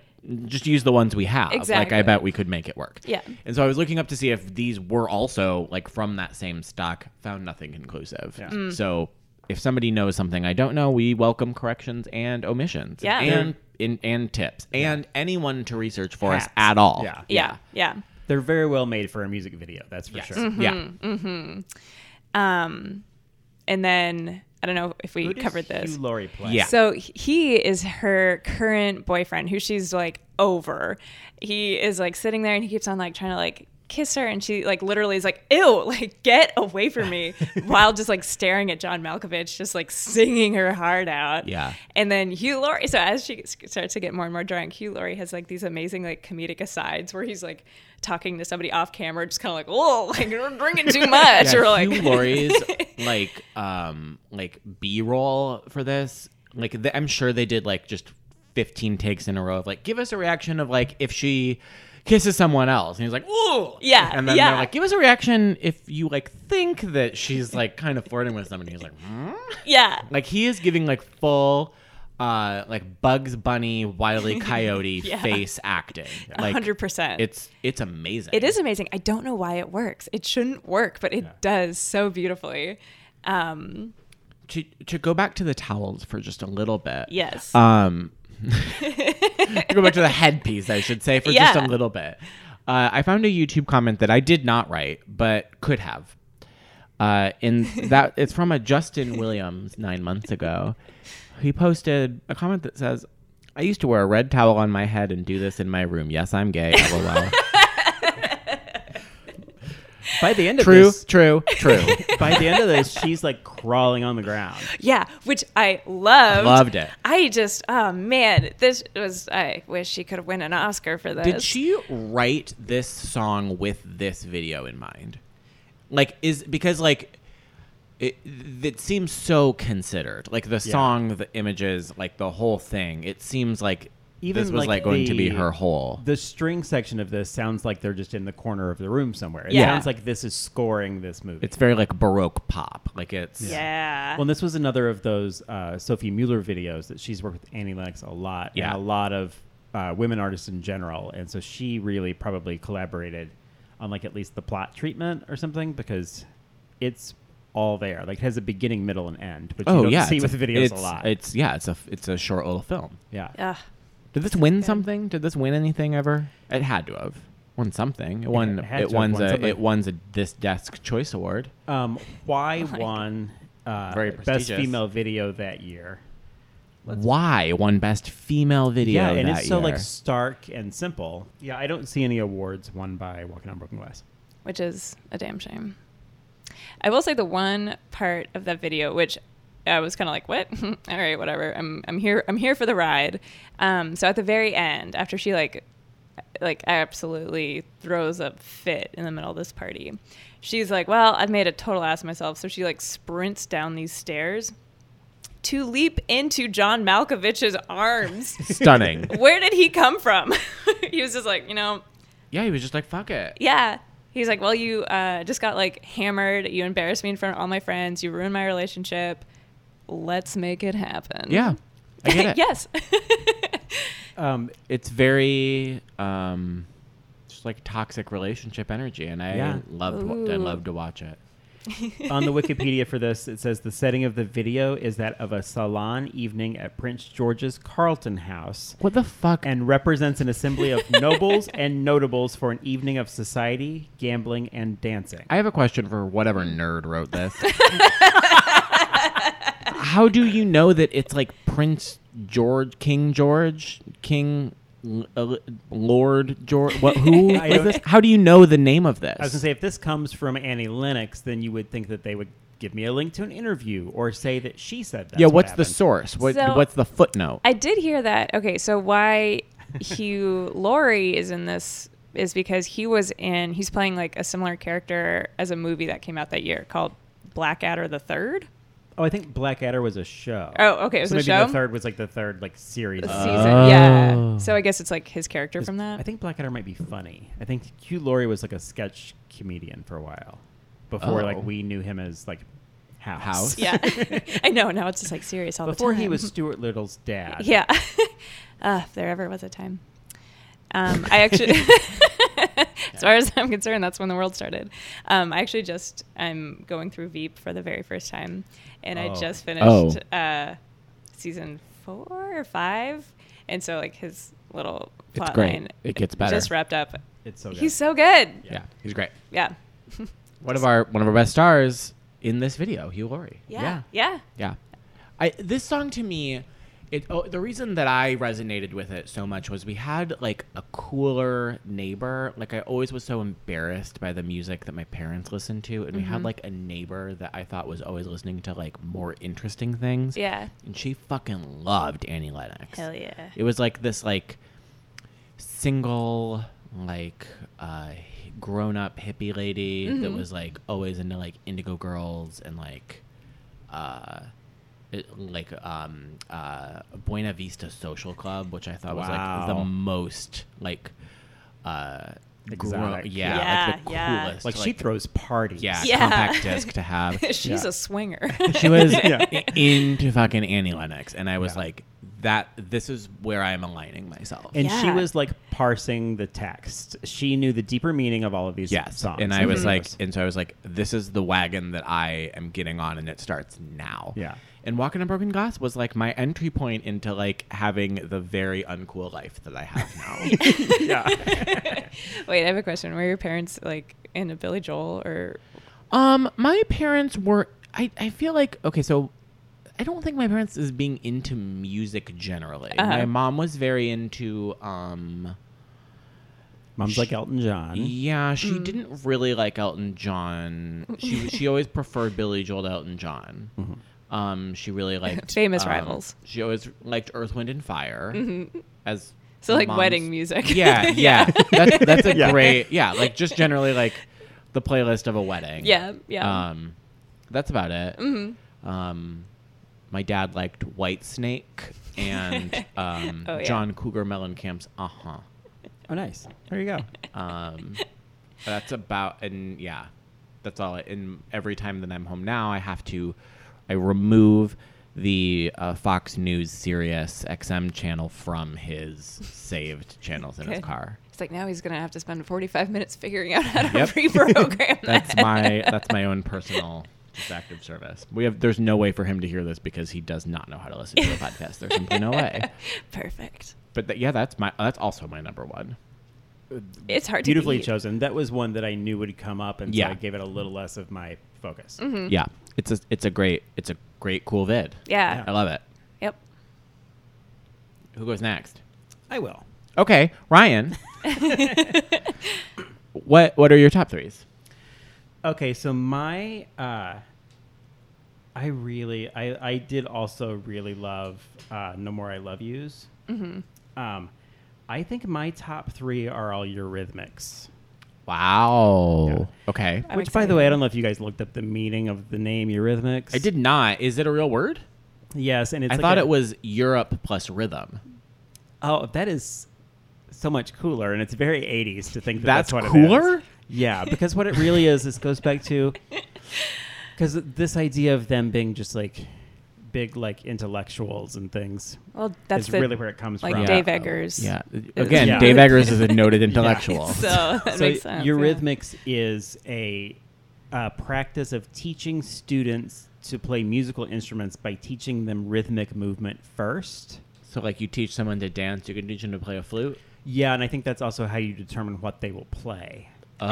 C: just use the ones we have. Like
A: Exactly.
C: I bet we could make it work.
A: Yeah.
C: And so I was looking up to see if these were also like from that same stock. Found nothing conclusive.
B: Yeah.
A: Mm.
C: So if somebody knows something I don't know, we welcome corrections and omissions.
A: Yeah.
C: And in, and tips and anyone to research for us
B: Hats.
C: at all.
B: Yeah.
A: Yeah. Yeah.
B: They're very well made for a music video. That's for sure.
A: Mm-hmm.
C: Yeah.
A: Um and then I don't know if we
B: Who does
A: covered this.
B: Hugh Laurie play?
C: Yeah.
A: So he is her current boyfriend who she's like over. He is like sitting there and he keeps on like trying to like kiss her and she like literally is like ew <laughs> like get away from
C: <laughs>
A: me while just like staring at john malkovich just like singing her heart out
C: Yeah.
A: and then hugh laurie so as she s- starts to get more and more drunk hugh laurie has like these amazing like comedic asides where he's like talking to somebody off camera just kind of like oh <laughs> like you're drinking
C: <laughs>
A: too much
C: Yeah,
A: or like
C: Hugh Laurie's like um like B roll for this. Like th- I'm sure they did like just 15 takes in a row of like give us a reaction of like if she kisses someone else and he's like ooh
A: <laughs> Yeah,
C: and then
A: yeah.
C: they're like give us a reaction if you like think that she's like kind of flirting with somebody he's like hmm?
A: yeah
C: like he is giving like full uh like Bugs
A: <laughs>
C: Bunny Wiley Coyote
A: Yeah.
C: face acting like
A: 100%
C: it's it's amazing
A: It is amazing. I don't know why it works. It shouldn't work, but it does so beautifully. Um,
C: to to go back to the towels for just a little bit
A: yes.
C: Um, go back to the headpiece, I should say, for just
A: Yeah.
C: a little bit. Uh, I found a YouTube comment that I did not write, but could have. Uh, and that it's from a Justin Williams nine months ago. He posted a comment that says, "I used to wear a red towel on my head and do this in my room. Yes, I'm gay. LOL."
B: By the end of
C: true,
B: this,
C: true, true.
B: by the end of this, she's like crawling on the ground.
A: yeah, which I loved.
C: Loved it.
A: I just, oh man, this was. I wish she could have won an Oscar for this.
C: Did she write this song with this video in mind? Like, is because like it, it seems so considered. Like the song, the images, like the whole thing. It seems like
B: Even,
C: this was like,
B: like,
C: going to be
B: the-
C: her whole.
B: The string section of this sounds like they're just in the corner of the room somewhere. It
A: Yeah.
B: sounds like this is scoring this movie.
C: it's very like baroque pop. Like it's
A: Yeah.
B: Well, and this was another of those uh, Sophie Mueller videos that she's worked with Annie Lennox a lot,
C: Yeah.
B: and a lot of uh, women artists in general, and so she really probably collaborated on like at least the plot treatment or something because it's all there. Like it has a beginning, middle, and end, which you
C: oh
B: don't
C: yeah,
B: see
C: it's
B: with
C: a-
B: videos a
C: it's-
B: lot.
C: It's yeah, it's a it's a short little film.
B: yeah.
A: Ugh.
C: Did this win something? Did this win anything ever? It had to have won something. It won.
B: it
C: It,
B: had to have
C: won.
B: won
C: A,
B: something.
C: it won a this desk choice award.
B: Um, why
A: my
B: won uh,
C: Very
B: best
C: prestigious.
B: female video that year?
C: why won best female video
B: yeah, and
C: that
B: it's so like
C: year. <laughs>
B: stark and simple. Yeah, I don't see any awards won by Walking on Broken Glass.
A: which is a damn shame. I will say the one part of that video which I was kind of like, "What? <laughs> All right, whatever. I'm I'm here. I'm here for the ride." Um, so at the very end, after she like like absolutely throws a fit in the middle of this party, she's like, "Well, I've made a total ass of myself." So she like sprints down these stairs to leap into John Malkovich's arms.
C: <laughs> stunning
A: Where did he come from? <laughs> he was just like, you know,
C: yeah he was just like fuck it
A: yeah. He's like, well, you uh, just got like hammered. You embarrassed me in front of all my friends. You ruined my relationship. Let's make it happen. <laughs>
C: yeah i <laughs> get it
A: yes. <laughs>
B: Um,
C: it's very um just like toxic relationship energy and i
B: Yeah.
C: loved wa- i
A: Ooh.
C: loved to watch it
B: on the Wikipedia for this, it says the setting of the video is that of a salon evening at Prince George's Carlton House
C: what the fuck
B: and represents an assembly
C: <laughs>
B: of nobles and notables for an evening of society, gambling, and dancing.
C: i have a question for whatever nerd wrote this how do you know that it's like prince george king george king L- uh, lord george what who <laughs>
B: I
C: was
B: don't-
C: this? how do you know the name of this
B: I was going to say, if this comes from Annie Lennox, then you would think that they would give me a link to an interview or say that she said that.
C: yeah what's the source what,
A: So-
C: what's the footnote
A: I did hear that. Okay, so why Hugh Laurie is in this is because he was in. He's playing like a similar character as a movie that came out that year called Blackadder the Third.
B: Oh, I think Blackadder was a show.
A: Oh, okay, it was
B: so
A: a
B: maybe
A: show?
B: the third was like the third like series.
A: The
B: of-
A: season, yeah. So I guess it's like his character from that.
B: I think Blackadder might be funny. I think Hugh Laurie was like a sketch comedian for a while before
C: Oh.
B: like we knew him as like House. <laughs>
C: House?
A: yeah, <laughs> I know. Now it's just like serious all
B: Before
A: the time.
B: he was Stuart Little's dad.
A: Yeah. <laughs> uh, if there ever was a time. Um, I actually, <laughs> as far as I'm concerned, that's when the world started. Um, I actually just, I'm going through Veep for the very first time. And I
B: Oh.
A: just
C: Oh.
A: finished uh, season four or five. And so, like, his little
C: It's
A: plot
C: great.
A: line
C: It gets better.
A: just wrapped up.
B: It's so good.
A: He's so good.
B: Yeah.
C: yeah. he's great.
A: Yeah.
C: One of our one of our best stars in this video, Hugh Laurie.
A: Yeah. Yeah.
C: yeah. I this song to me It, oh, the reason that I resonated with it so much was we had like a cooler neighbor. Like I always was so embarrassed by the music that my parents listened to, and we
A: Mm-hmm.
C: had like a neighbor that I thought was always listening to like more interesting things.
A: Yeah.
C: and she fucking loved Annie Lennox.
A: Hell yeah.
C: It was like this like single like uh grown up hippie lady that
A: Mm-hmm.
C: was like always into like indigo girls and like uh it- like um uh Buena Vista Social Club, which I thought was like
B: Wow.
C: the most like uh gro-
B: Exotic.
C: yeah, like
A: Yeah,
C: the
A: yeah.
C: coolest.
B: Like, she throws parties.
C: yeah,
A: Yeah.
C: compact disc to have.
A: <laughs> <laughs> She's
B: Yeah.
A: a swinger.
C: <laughs> She was
B: <laughs> Yeah.
C: i- into fucking Annie Lennox, and I was
B: Yeah.
C: like, "That this is where I am aligning myself."
B: And she
A: Yeah.
B: was like parsing the text. She knew the deeper meaning of all of these
C: yes,
B: songs.
C: and I was like,
B: videos.
C: and so I was like, "This is the wagon that I am getting on, and it starts now."
B: Yeah.
C: And Walking on Broken Glass was like my entry point into like having the very uncool life that I have
B: <laughs>
C: now. <laughs>
B: yeah.
A: Wait, I have a question. Were your parents like into Billy Joel or
C: um, my parents were. I I feel like okay, so. I don't think my parents is being into music generally.
B: Uh-huh.
C: My mom was very into um,
B: Mom's like Elton John.
C: Yeah, she
A: Mm.
C: didn't really like Elton John. She she always preferred Billy Joel to Elton John.
B: Mm-hmm.
C: Um,
A: <laughs>
C: she really liked
A: Famous
C: um,
A: rivals. Mm-hmm.
C: She always liked Earth, Wind, and Fire as
A: so like
C: mom's-
A: wedding music? <laughs>
C: <laughs> Yeah, yeah, that's that's
B: <laughs>
C: a
B: Yeah.
C: great yeah. Like just generally like the playlist of a wedding.
A: Yeah,
B: Uh,
A: yeah. Mm-hmm.
C: Um, that's about it. Um, my dad liked White Snake
A: <laughs>
C: and um,
A: Oh, yeah.
C: John Cougar Mellencamp's Uh Huh.
B: Oh, nice. There <laughs> you go.
C: Um, that's about and yeah, that's all. And every time that I'm home now, I have to, I remove the uh, Fox News Sirius XM channel from his saved channels in his
A: Good.
C: car.
A: It's like now he's gonna have to spend 45 minutes figuring out how to <laughs>
B: <laughs>
C: Yep.
A: reprogram that.
C: That's my that's my own personal just act of service. We have there's no way for him to hear this because he does not know how to listen to a podcast. There's simply no way.
A: Perfect.
C: But that yeah, that's my that's also my number one.
A: It's hard
B: Beautifully
A: to beat.
B: chosen. That was one that I knew would come up, and
C: Yeah.
B: so I gave it a little less of my focus.
C: Yeah, it's a it's a great it's a great cool vid.
A: Yeah.
C: I love it.
A: Yep.
C: Who goes next?
B: I will.
C: Okay,
B: <laughs>
C: Ryan. what what are your top threes?
B: Okay, so my uh I really I I did also really love uh No More I Love Yous. Mm-hmm. Um I think my top three are all Eurythmics.
C: Wow.
B: Yeah.
C: Okay.
A: I'm
B: Which by
A: excited.
B: the way, I don't know if you guys looked up the meaning of the name Eurythmics.
C: I did not. Is it a real word?
B: Yes, and it's
C: I
B: like
C: thought
B: a-
C: it was Europe plus rhythm.
B: Oh, that is so much cooler, and it's very 80s to think that
C: That's
B: that's, what
C: cooler?
B: It is. Yeah, because what it really is, this goes back to
A: <laughs>
B: because this idea of them being just like big, like intellectuals and things
A: Well, that's
B: is
A: the,
B: really where it comes
A: like
B: from.
A: Dave Eggers.
C: Yeah. Again,
B: Yeah. uh,
C: Dave
A: <laughs>
C: Eggers is
B: <laughs>
C: a noted intellectual.
A: So that
B: so
A: makes sense.
B: Eurythmics is a, uh practice of teaching students to play musical instruments by teaching them rhythmic movement first.
C: So, like you teach someone to dance, you can teach them to play a flute.
B: Yeah, and I think that's also how you determine what they will play.
C: so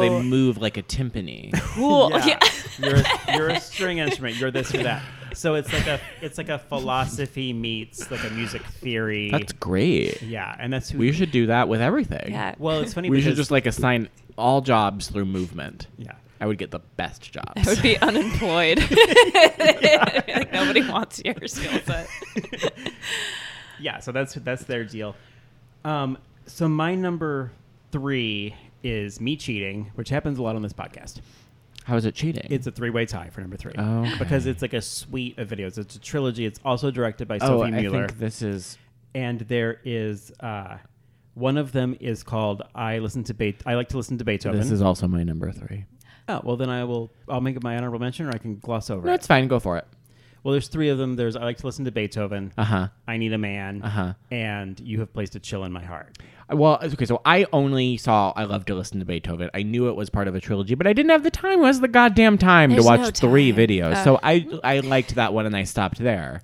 C: they
A: Oh.
C: move like a timpani.
A: Yeah. Cool. Yeah.
B: <laughs> you're you're a string instrument. You're this or that. So it's like a it's like a philosophy meets like a music theory.
C: That's great.
B: yeah, and that's who.
C: We should do that with everything.
A: <laughs> Yeah.
B: well, it's funny.
C: We
B: because,
C: should just like assign all jobs through movement.
B: yeah.
C: I would get the best
A: I
C: jobs.
A: would
B: <laughs>
C: <laughs>
A: be unemployed. like nobody wants your skill
B: <laughs>
A: set.
B: yeah so that's that's their deal um so my number three is me cheating which happens a lot on this podcast
C: How is it cheating?
B: it's a three-way tie for number three
C: Okay.
B: because it's like a suite of videos it's a trilogy it's also directed by
C: oh,
B: sophie mueller
C: I think this is
B: and there is uh one of them is called i listen to Be- i like to listen to beethoven
C: this is also my number three.
B: oh well then i will i'll make it my honorable mention or i can gloss over
C: No,
B: it
C: it's fine. Go for it.
B: well there's three of them there's i like to listen to beethoven
C: Uh huh.
B: i need a man
C: Uh-huh.
B: and you have placed a chill in my heart
C: Well, it's okay. So I only saw I love to listen to Beethoven. I knew it was part of a trilogy, but I didn't have the time. Was the goddamn time
A: There's
C: to watch
A: no
C: three
A: time. Oh.
C: videos? So I I liked that one and I stopped there.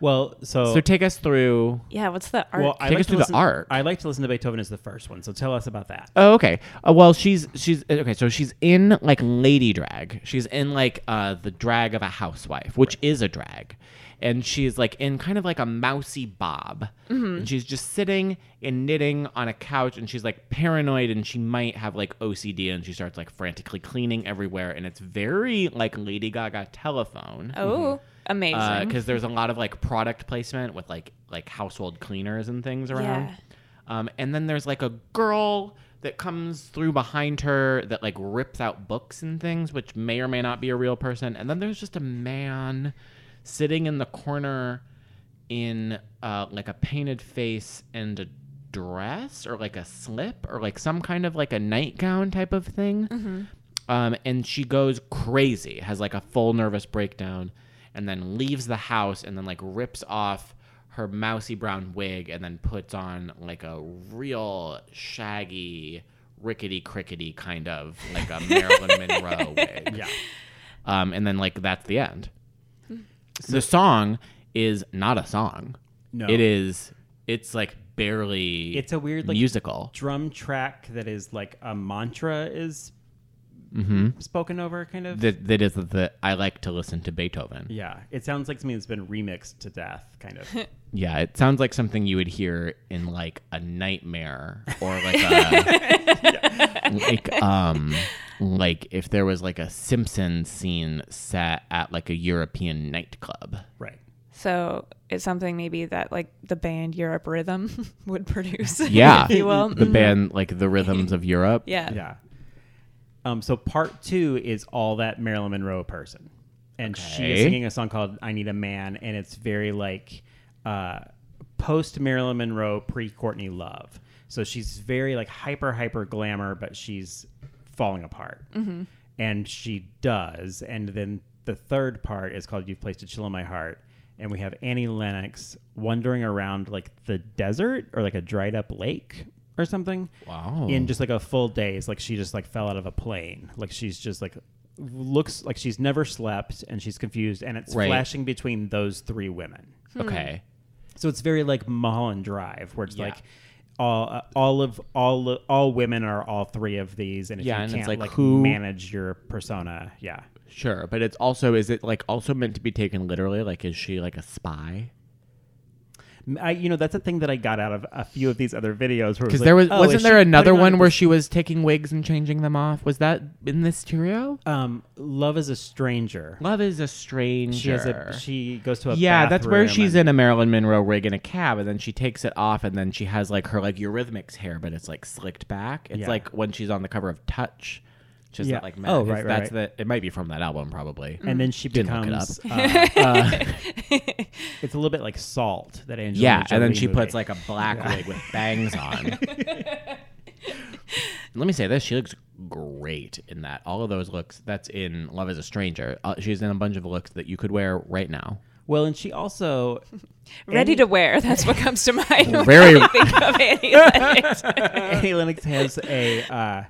B: Well, so,
C: So take us through.
A: Yeah, what's the art?
B: well, I
C: Take
B: like
C: us
B: to
C: through the
B: listen-
C: arc.
B: I like to listen to Beethoven as the first one. So tell us about that.
C: Oh, okay. Uh, well, she's she's uh, okay. So she's in like lady drag. She's in like uh, the drag of a housewife, which is a drag, and she's like in kind of like a mousy bob, and she's just sitting and knitting on a couch, and she's like paranoid, and she might have like OCD, and she starts like frantically cleaning everywhere, and it's very like Lady Gaga telephone
A: oh,
B: Mm-hmm.
A: amazing.
B: Uh,
C: because there's a lot of like product placement with like like household cleaners and things around.
A: Yeah.
C: Um, and then there's like a girl that comes through behind her that like rips out books and things, which may or may not be a real person. And then there's just a man sitting in the corner in uh, like a painted face and a dress or like a slip or like some kind of like a nightgown type of thing um, and she goes crazy, has like a full nervous breakdown, and then leaves the house, and then like rips off her mousy brown wig, and then puts on like a real shaggy, rickety crickety kind of like a Marilyn Monroe wig.
B: Yeah.
C: Um, and then like that's the end.
B: Hmm.
C: the song is not a song.
B: No.
C: It is. It's like barely.
B: It's a weird, like,
C: musical.
B: Drum track that is like a mantra is spoken over, kind of.
C: Mm-hmm. That that is the I like to listen to Beethoven.
B: yeah, it sounds like something that's been remixed to death, kind of.
C: Yeah, it sounds like something you would hear in like a nightmare or like a like um like if there was like a Simpsons scene set at like a European nightclub.
B: right.
A: so it's something maybe that like the band Europe Rhythm <laughs> would produce. <laughs>
C: Yeah.
A: if you will.
C: The band like the rhythms of Europe.
A: mm-hmm. yeah.
B: Yeah. Um, so part two is all that Marilyn Monroe person, and she is
C: Okay.
B: singing a song called "I Need a Man," and it's very like uh, post Marilyn Monroe, pre Courtney Love. So she's very like hyper hyper glamour, but she's falling apart, and she does. And then the third part is called "You've Placed a Chill on My Heart." And we have Annie Lennox wandering around like the desert or like a dried up lake or something
C: Wow.
B: in just like a full daze like she just like fell out of a plane like she's just like looks like she's never slept and she's confused and it's
C: Right.
B: flashing between those three women
C: Okay.
B: so it's very like Mulholland Drive where it's
C: Yeah.
B: like all uh, all of all all women are all three of these and if
C: Yeah,
B: you
C: and it's
B: can't
C: like
B: like
C: who-
B: manage your persona yeah
C: Sure, but it's also is it like also meant to be taken literally like is she like a spy?
B: I, you know that's a thing that I got out of a few of these other videos where
C: Cuz there was wasn't there another one
B: where
C: where she was taking wigs and changing them off? Was that in this Tyrio?
B: um love is a stranger
C: Love is a stranger.
B: she has a she goes to a
C: yeah, that's where
B: bathroom
C: she's
B: and-
C: in a Marilyn Monroe rig in a cab, and then she takes it off, and then she has like her like Eurythmics hair, but it's like slicked back. It's
B: Yeah.
C: like when she's on the cover of Touch. She's
B: Yeah.
C: not like
B: Oh,
C: oh
B: right,
C: right,
B: right,
C: that's the it might be from that album probably.
B: and then she
C: Didn't look it
B: becomes. uh, uh, it's a little bit like salt that Angelina.
C: yeah, and then
B: Jolie
C: she
B: movie.
C: puts like a black wig with
B: <laughs>
C: bangs on. And Let me say this: she looks great in that. All of those looks. That's in Love Is a Stranger. Uh, she's in a bunch of looks that you could wear right now.
B: Well, and she also
A: Ready to wear. That's what comes to mind. when
C: Very-
A: I think of Annie Lennox.
B: <laughs> Annie Lennox has a uh,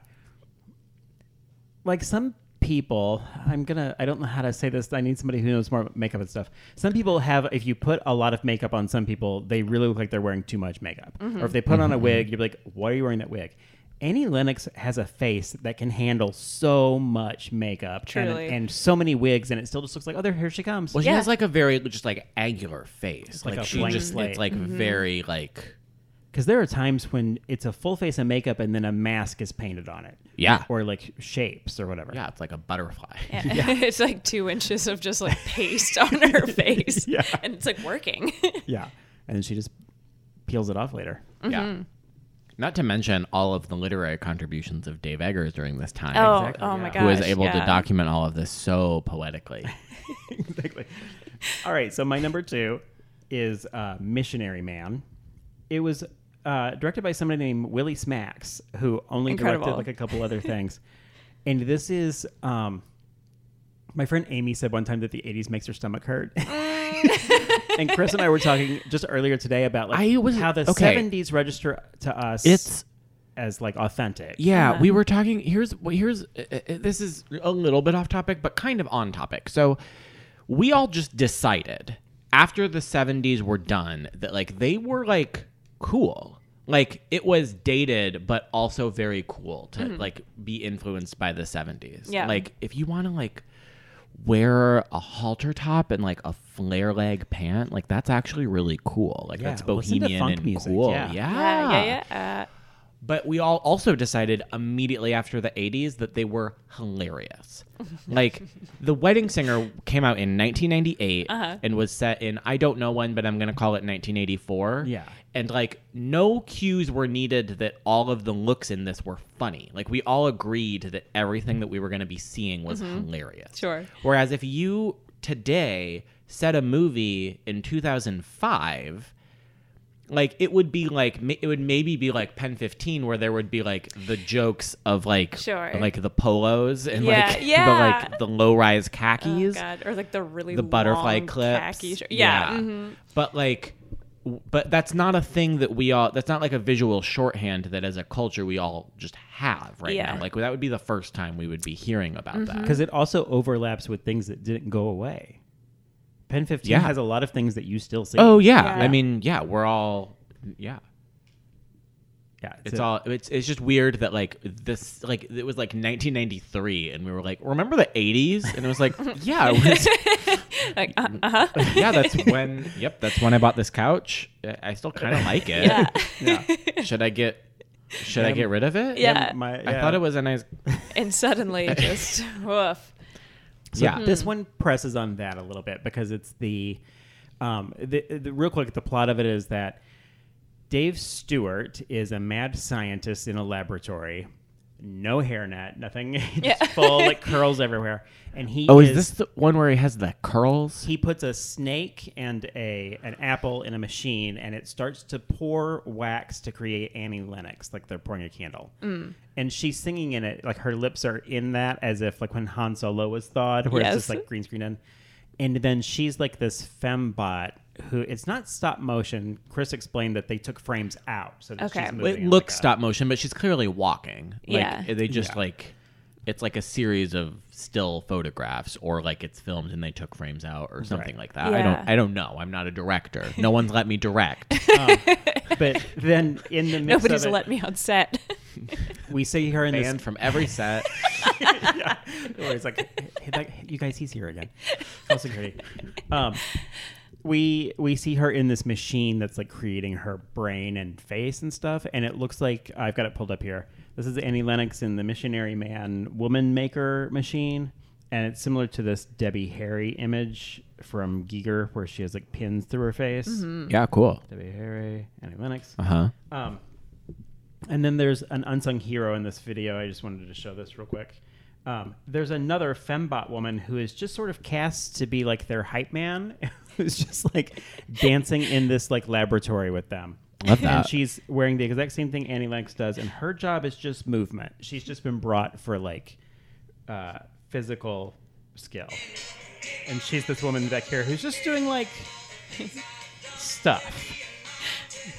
B: like some people. I'm gonna. I don't know how to say this. I need somebody who knows more about makeup and stuff. Some people have. If you put a lot of makeup on some people, they really look like they're wearing too much makeup. Or if they put
C: Mm-hmm.
B: on a wig, you're like, why are you wearing that wig? Annie Lennox has a face that can handle so much makeup and,
A: Truly.
B: and so many wigs, and it still just looks like, oh, there, here she comes.
C: Well, she
A: Yeah.
C: has like a very just like angular face.
B: like
C: Like,
B: a
C: she
B: blank
C: just
B: slate.
C: it's like
A: Mm-hmm.
C: very like
B: Because there are times when it's a full face of makeup and then a mask is painted on it.
C: Yeah.
B: Or like shapes or whatever.
C: yeah, it's like a butterfly.
A: <laughs> it's like two inches of just like paste on her face.
B: Yeah.
A: And it's like working.
B: Yeah. And then she just peels it off later.
C: <laughs>
B: <laughs>
A: Mm-hmm.
C: Yeah. Not to mention all of the literary contributions of Dave Eggers during this
A: <laughs>
C: time.
A: oh,
B: Exactly,
A: oh my
B: yeah.
A: gosh.
C: Who was able
A: yeah.
C: to document all of this so poetically.
B: exactly. All right. So my number two is uh, Missionary Man. It was uh, directed by somebody named Willie Smacks, who only
A: Incredible.
B: directed like a couple other
C: <laughs>
B: things. and this is. Um, my friend Amy said one time that the 80s makes her stomach hurt. <laughs>
C: Mm.
B: and Chris and I were talking just earlier today about like
C: I was-
B: how the
C: okay.
B: 70s register to us
C: It's
B: as like authentic.
C: yeah, we were talking here's well, here's uh, uh, this is a little bit off topic but kind of on topic. So we all just decided after the 70s were done that like they were like cool like it was dated but also very cool to like be influenced by the 70s
A: Mm-hmm. Yeah.
C: like if you want to like wear a halter top and like a flare leg pant like that's actually really cool like
B: Yeah,
C: that's
B: listen to
C: bohemian
B: funk
C: and
B: music,
C: cool
B: yeah.
A: Yeah, yeah, yeah.
C: but we all also decided immediately after the 80s that they were hilarious. like, The Wedding Singer came out in 1998 and was set in, I don't know when, but I'm going to call it 1984.
B: Yeah.
C: And, like, no cues were needed that all of the looks in this were funny. Like, we all agreed that everything that we were going to be seeing was hilarious.
A: Sure.
C: Whereas if you today set a movie in 2005, like it would be like ma- it would maybe be like Pen 15 where there would be like the jokes of like
A: Sure.
C: like the polos and
A: Yeah,
C: like
A: yeah.
C: the like the low-rise
A: Oh,
C: khakis,
A: God. Or like the really
C: the butterfly
A: long
C: clips.
A: khaki shirt. Yeah. mhm.
C: But like w- but that's not a thing that we all that's not like a visual shorthand that as a culture we all just have right
A: Yeah. Mm-hmm.
C: now. Like that would be the first time we would be hearing about that.
A: Mm.
B: because it also overlaps with things that didn't go away. Pen fifteen
C: Yeah.
B: has a lot of things that you still see.
C: Oh yeah.
A: Yeah.
C: I mean, yeah, we're all yeah.
B: yeah,
C: It's
B: <laughs>
C: all it's it's just weird that like this like it was like 1993 and we were like, "Remember the 80s?" And it was
A: <laughs>
C: like, "Yeah, it was-
A: <laughs> Like, uh huh.
C: yeah, that's when yep, that's when I bought this couch. I- I
B: <laughs>
C: still kind of like it.
A: <laughs> Yeah.
C: Should I get should I
B: Yeah.
C: get rid of it?
A: Yeah.
B: My,
C: I thought it was a nice
A: <laughs> and suddenly just woof.
B: So
C: Yeah.
A: Mm-hmm.
B: this one presses on that a little bit because it's the, um, the, the real quick the plot of it is that Dave Stewart is a mad scientist in a laboratory, no hairnet, nothing, <laughs> just
A: Yeah. <laughs>
B: full like curls everywhere, and he
C: Oh,
B: is,
C: is this the one where he has the curls?
B: he puts a snake and a an apple in a machine and it starts to pour wax to create Annie Lennox like they're pouring a candle.
A: Mm.
B: And she's singing in it like her lips are in that as if like when Han Solo was thawed where
A: Yes.
B: it's just like green screen in. And then she's like this fembot who it's not stop motion. Chris explained that they took frames out so that
A: Okay.
B: she's
A: It
B: moving
C: it
B: in, like,
C: looks
B: a-
C: stop motion, but she's clearly walking. Like,
A: Yeah.
C: They just
B: Yeah.
C: like, it's like a series of still photographs, or like it's filmed and they took frames out, or something like that. I
A: Yeah.
C: don't, I don't know. I'm not a director. No one's let me direct.
B: <laughs>
A: <laughs>
B: But then in the midst
A: Nobody's
B: of it,
A: let me on set. <laughs>
B: we see her in this
C: Banned from
B: <laughs>
C: every set.
B: Where it's like, hey, like, you guys, he's here again. Call security. Um, we we see her in this machine that's like creating her brain and face and stuff, and it looks like I've got it pulled up here. This is Annie Lennox in the Missionary Man Woman Maker machine, and it's similar to this Debbie Harry image from Giger, where she has like pins through her face.
C: yeah, cool.
B: Debbie Harry, Annie Lennox.
C: Uh huh.
B: Um, and then there's an unsung hero in this video. I just wanted to show this real quick. Um, there's another fembot woman who is just sort of cast to be like their hype man, <laughs> who's just like dancing in this like laboratory with them.
C: Love
B: And
C: that.
B: she's wearing the exact same thing Annie Lennox does, and her job is just movement. She's just been brought for like uh, physical skill, and she's this woman back here who's just doing like <laughs> stuff,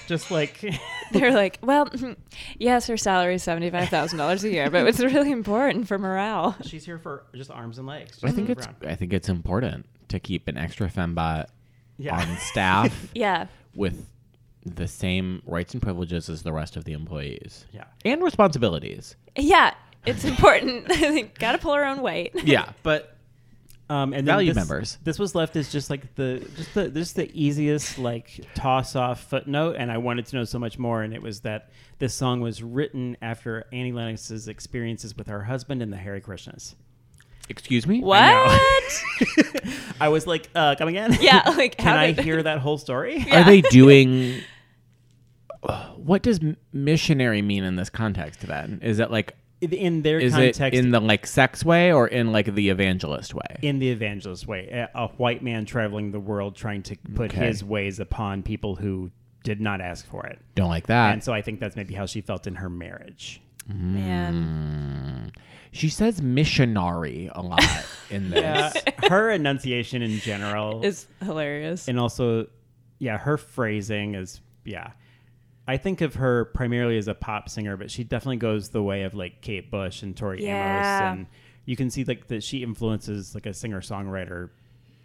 B: just like. <laughs>
A: They're like, well, <laughs> yes, her salary is seventy five thousand dollars a year, but it's really important for morale.
B: She's here for just arms and legs.
C: I think it's, I think it's important to keep an extra fembot
B: Yeah.
C: on staff
A: Yeah,
C: with the same rights and privileges as the rest of the employees.
B: <laughs> yeah.
C: And responsibilities.
A: yeah, it's important. <laughs> Got to pull her own weight.
C: Yeah, but
B: Um, and then
C: Value
B: this-
C: members.
B: This was left as just like the just the just the easiest like toss off footnote, and I wanted to know so much more. And it was that this song was written after Annie Lennox's experiences with her husband and the Harry Krishnas.
C: excuse me.
A: <laughs> What?
B: I was like, uh, come again?
A: <laughs> Yeah, like
B: <laughs> Can
A: how
B: I
A: did-
B: hear that whole story?
A: <laughs> Yeah.
C: Are they doing? What does m- missionary mean in this context? Then is it like
B: In their
C: is
B: context,
C: it in the like sex way or in like the evangelist way?
B: in the evangelist way, a, a white man traveling the world trying to put
C: Okay.
B: his ways upon people who did not ask for it.
C: Don't like that.
B: And so I think that's maybe how she felt in her marriage.
A: <laughs>
C: Mm.
A: Man,
C: she says missionary
A: <laughs>
C: a lot in this.
B: Yeah, her enunciation in general,
A: is hilarious.
B: and also, yeah, her phrasing is yeah. I think of her primarily as a pop singer, but she definitely goes the way of like Kate Bush and Tori
A: Yeah.
B: Amos, and you can
A: Mm-hmm.
B: see like that she influences like a singer songwriter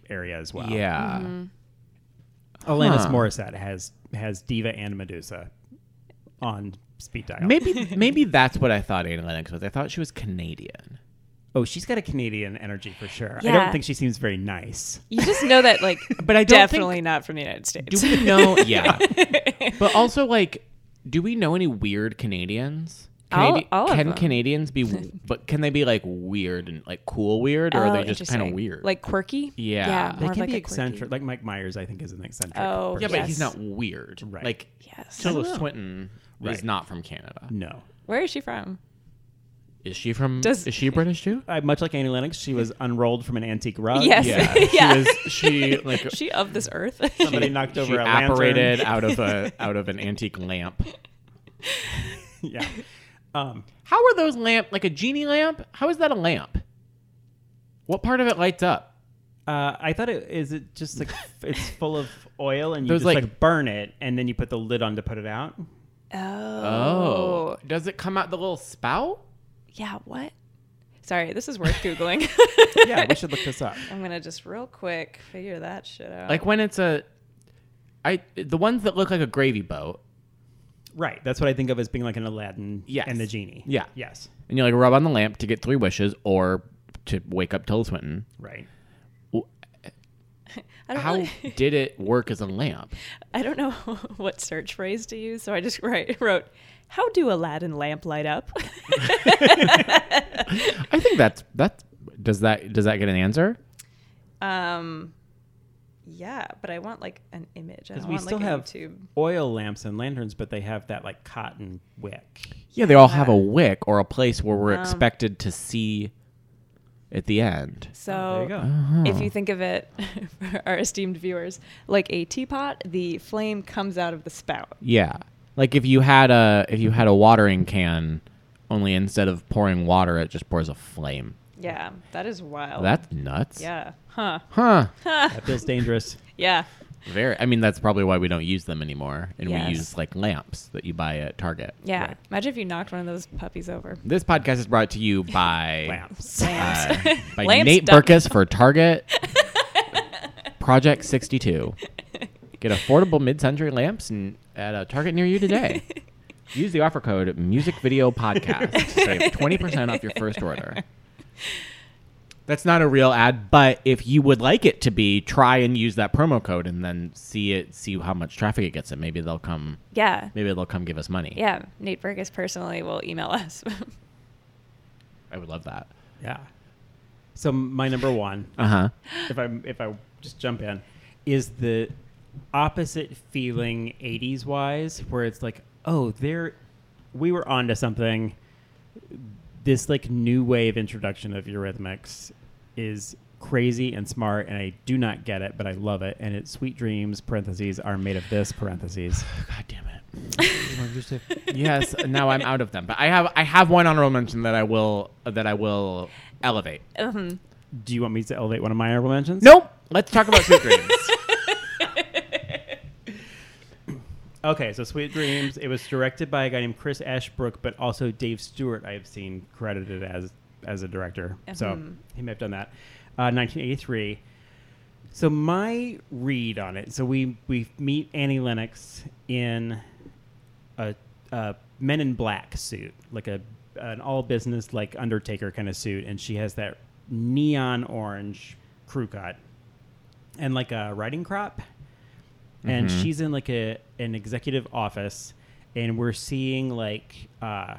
B: area as well.
C: Yeah.
B: Alanis
C: Huh.
B: Morissette has has Diva and Medusa on speed dial.
A: <laughs>
C: Maybe maybe that's what I thought Annie Lennox was. I thought she was Canadian.
B: Oh, she's got a Canadian energy for sure. I
A: Yeah.
B: don't think she seems very nice.
A: You just know that, like,
C: <laughs> But I don't think-
A: definitely not from the United States.
C: Do
A: <laughs>
C: we know? <laughs> yeah. But also, like, do we know any weird Canadians?
A: All-
C: Canadi-
A: all of
C: can
A: them. <laughs>
C: Canadians be? But can they be like weird and like cool weird, or are
A: Oh,
C: they just kind of
A: interesting.
C: weird?
A: Like quirky?
C: Yeah.
A: Yeah.
C: They
B: They
A: more
B: can
A: of like
B: be
A: a quirky-
B: eccentric. Like Mike Myers, I think, is an eccentric.
A: Oh,
B: person.
C: yeah, but
A: yes.
C: he's not weird.
B: Right.
C: Like
A: Yes.
C: Tilda Swinton
B: Right.
C: is not from Canada.
B: No.
A: Where is she from?
C: Is she from?
A: Does-
C: is she British too?
B: Uh, much like Annie Lennox, she was unrolled from an antique rug.
A: Yes. <laughs>
C: <laughs> Yeah,
A: Yeah.
C: she was. She
A: <laughs>
C: like
A: She of this earth? <laughs>
B: Somebody knocked over
C: she
B: a lantern. <laughs>
C: apparated out of a out of an antique lamp.
B: yeah. Um,
C: How are those lamp like a genie lamp? How is that a lamp? What part of it lights up?
B: uh, I thought it is it just like f- it's full of oil and you
C: Those,
B: just like,
C: like-
B: burn it and then you put the lid on to put it out.
A: oh.
C: does it come out the little spout?
A: Yeah, what? Sorry, this is worth <laughs> Googling.
B: Yeah, we should look this up.
A: I'm going to just real quick figure that shit out.
C: Like when it's a, I the ones that look like a gravy boat,
B: <laughs> Right. That's what I think of as being like an Aladdin
C: Yes.
B: and the genie.
C: Yeah.
B: Yes.
C: and you like rub on the lamp to get three wishes or to wake up Tilda Swinton.
B: Right.
A: I don't
C: How
A: really- <laughs>
C: did it work as a lamp?
A: I don't know <laughs> what search phrase to use, so I just <laughs> write, wrote, "How do Aladdin lamp light
B: <laughs>
A: up?" <laughs>
C: I think that's that's does that does that get an answer?
A: um, yeah, but I want like an image. I
B: Because
A: don't
B: we
A: want
B: still
A: like a
B: have Oh,
A: YouTube.
B: oil lamps and lanterns, but they have that like cotton wick.
C: Yeah, they all have a wick or a place where we're expected to see at the end.
B: there
A: So
B: you go.
A: if you think of it, <laughs> for our esteemed viewers, like a teapot, the flame comes out of the spout.
C: Yeah. Like if you had a if you had a watering can, only instead of pouring water, it just pours a flame.
A: Yeah, that is wild.
C: That's nuts.
A: Oh. yeah, huh? <laughs>
C: Huh.
B: that feels dangerous.
A: Yeah,
C: Very. I mean, that's probably why we don't use them anymore, and
A: Yes.
C: we use like lamps that you buy at Target.
A: yeah. Imagine if you knocked one of those puppies over.
C: This podcast is brought to you by
B: Lamps.
A: Lamps.
C: uh, by
A: Lamps
C: Nate
A: done.
C: Burkus for Target Project 62. Get affordable mid-century lamps and at a Target near
A: <laughs>
C: you <laughs> today. Use the offer code Music Video Podcast to save twenty percent off your first order. That's not a real ad, but if you would like it to be, try and use that promo code and then see it, see how much traffic it gets, and maybe they'll come,
A: Yeah,
C: maybe they'll come give us money.
A: yeah. Nate Burgess personally will email us. <laughs>
C: I would love that.
B: Yeah. So my number one,
C: Uh huh.
B: if I if I just jump in, is the opposite feeling '80s wise, where it's like, oh, there, we were onto something. This like new wave introduction of Eurythmics is crazy and smart, and I do not get it, but I love it. And it's "Sweet Dreams" (parentheses are made of this (parentheses).
C: <sighs> God damn it. <laughs> yes. Now I'm out of them, but I have I have one honorable mention that I will that I will elevate.
A: Mhm.
B: Do you want me to elevate one of my honorable mentions?
C: Nope. Let's talk about Sweet Dreams.
B: Okay, so Sweet Dreams. It was directed by a guy named Chris Ashbrook, but also Dave Stewart. I've seen credited as as a director, so
A: Mhm.
B: he may have done that. Uh, 1983. So my read on it. So we we meet Annie Lennox in a, a Men in Black suit, like a an all business like Undertaker kind of suit, and she has that neon orange crew cut and like a riding crop and she's in like a an executive office, and we're seeing like uh,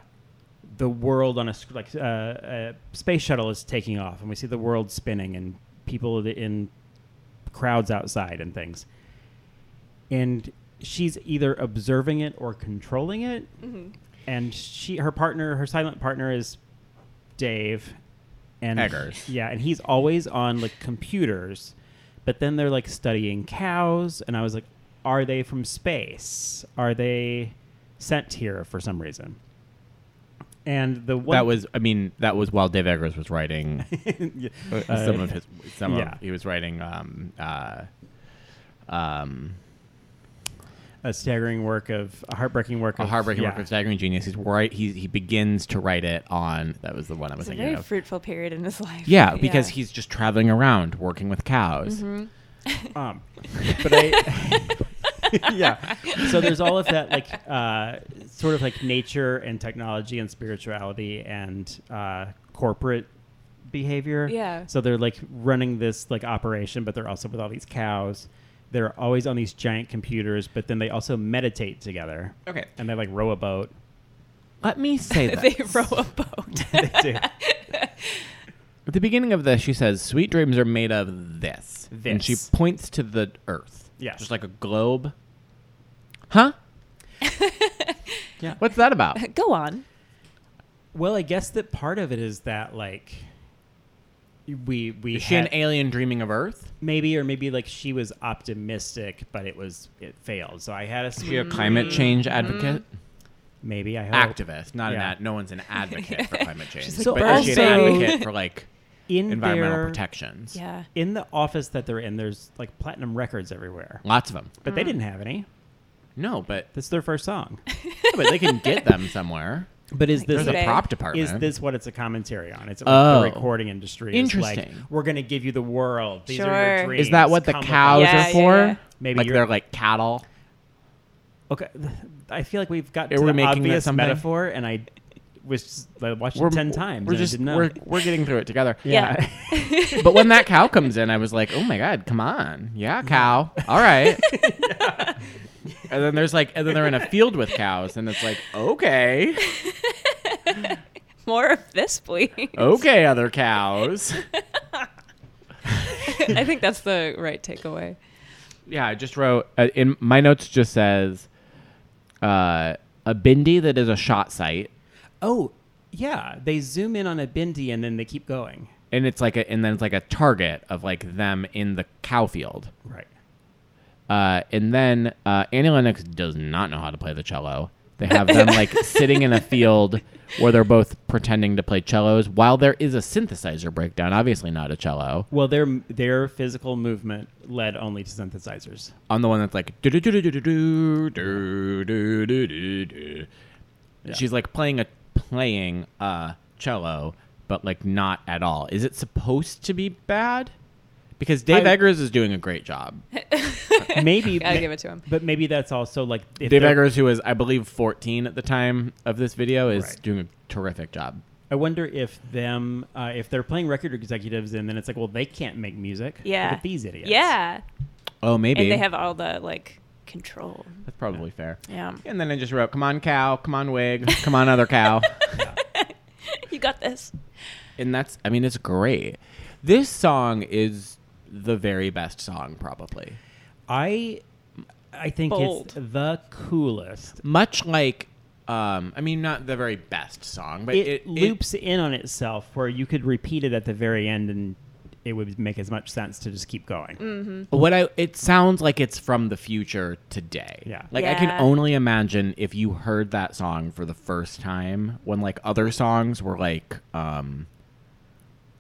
B: the world on a sc- like uh, a space shuttle is taking off, and we see the world spinning and people th- in crowds outside and things, and she's either observing it or controlling it, and she her partner her silent partner is Dave. And
C: Eggers.
B: yeah, and he's always on like computers, but then they're like studying cows, and I was like, are they from space? Are they sent here for some reason? And the <laughs> one
C: that was I mean that was while Dave Eggers was writing
B: <laughs> Yeah. Uh,
C: some of his some
B: yeah.
C: of he was writing um uh um
B: a staggering work of a heartbreaking work
C: a
B: of
C: heartbreaking
B: yeah.
C: work of staggering genius. He's right. He he begins to write it on. That was the one I was
A: It's a
C: thinking
A: very
C: of.
A: fruitful period in his life.
B: Mm-hmm.
C: yeah, because he's just traveling around working with cows.
B: <laughs> Um, but I, <laughs> yeah. So there's all of that, like, uh, sort of like nature and technology and spirituality and uh, corporate behavior.
A: Yeah.
B: So they're like running this like operation, but they're also with all these cows. They're always on these giant computers, but then they also meditate together.
A: Okay.
B: And they like row a boat. <laughs>
C: Let me say
A: <laughs>
C: that.
A: they row a boat. <laughs>
B: they do.
C: At the beginning of this, she says, "Sweet dreams are made of this," and she
B: This.
C: points to the Earth.
B: Yes.
C: just like a globe. Huh?
B: Yeah.
C: What's
B: <laughs>
C: that about?
A: Go on.
B: Well, I guess that part of it is that like we we
C: Is she an
B: had-
C: alien dreaming of Earth?
B: maybe or maybe like she was optimistic, but it was it failed. So I had a
C: Is she a
B: sweet
A: Mm.
C: climate change advocate?
B: maybe I hope.
C: Oh. Activist, not an
B: Yeah.
C: ad. No one's an advocate
A: <laughs>
C: for climate change,
A: She's like,
C: but
B: "But
C: is she an
B: also-
C: advocate for
A: <laughs>
C: like
B: in
C: environmental
B: their-
C: protections?
A: Yeah.
B: In the office that they're in, there's like platinum records everywhere,
C: lots of them.
B: but
A: Mm.
B: they didn't have any.
C: No, but
B: That's their
A: <laughs>
B: first song.
C: yeah, but they can get them somewhere.
B: But is <laughs> this
C: There's
A: eBay.
C: a prop department.
B: is this what it's a commentary on? It's like
C: Oh.
B: the recording industry. It's like
C: Interesting.
B: we're gonna give you the world. These are your
A: Sure.
B: dreams.
C: Is that what the
B: Come with
C: cows
B: us.
A: Yeah, yeah,
C: are for?
A: yeah.
B: Maybe
C: like
B: you're-
C: they're like cattle.
B: Okay, I feel like we've got
C: Are
B: to
C: we
B: the
C: making that
B: obvious
C: something?
B: metaphor, and I was just, I watched it ten times.
C: We're
B: and I
C: just
B: didn't know.
C: we're we're getting through it together.
A: Yeah. <laughs>
C: but when that cow comes in, I was like, "Oh my god, come on, yeah, cow, all right." And then there's like, and then they're in a field with cows, and it's like, okay,
A: More of this, please.
C: <laughs>
A: <laughs>
C: okay, other cows.
A: I think that's the right takeaway.
C: Yeah, I just wrote uh, in my notes. Just says, uh, a bindi that is a shot site,
B: oh yeah, they zoom in on a bindi and then they keep going.
C: and it's like a, and then it's like a target of like them in the cow field.
B: Right.
C: Uh, and then uh, Annie Lennox does not know how to play the cello. They have them like sitting in a field where they're both pretending to play cellos while there is a synthesizer breakdown. Obviously, not a cello.
B: Well, their their physical movement led only to
A: <laughs>
B: synthesizers.
C: On the one that's like. "Do-do-do-do-do-do, do-do-do-do-do." She's like playing a playing a cello, but like not at all. Is it supposed to be bad? Because Dave
B: I-
C: Eggers is doing a great job.
B: Maybe
A: Gotta give it to 'em.
B: But maybe that's also like if
C: Dave
B: they're-
C: Eggers, who was I believe 14 at the time of this video, is
B: Right.
C: doing a terrific job.
B: I wonder if them uh, if they're playing record executives and then it's like, well, they can't make music.
A: Yeah.
B: Look at these idiots.
A: Yeah.
C: Oh, maybe.
A: And they have all the like control.
C: That's probably fair.
A: Yeah.
C: And then I just wrote, "Come on, cow. Come on, wig. Come on, other cow."
A: <laughs> <laughs> You got this.
C: and that's. I mean, it's great. This song is the very best song, probably.
B: I I think
A: Bold.
B: it's the coolest.
C: Much like, um, I mean, not the very best song, but
B: it,
C: it, it-
B: loops in on itself where you could repeat it at the very end and it would make as much sense to just keep going.
C: What I it sounds like it's from the future today.
B: Yeah.
C: Like I can
A: Yeah.
C: only imagine if you heard that song for the first time when like other songs were like um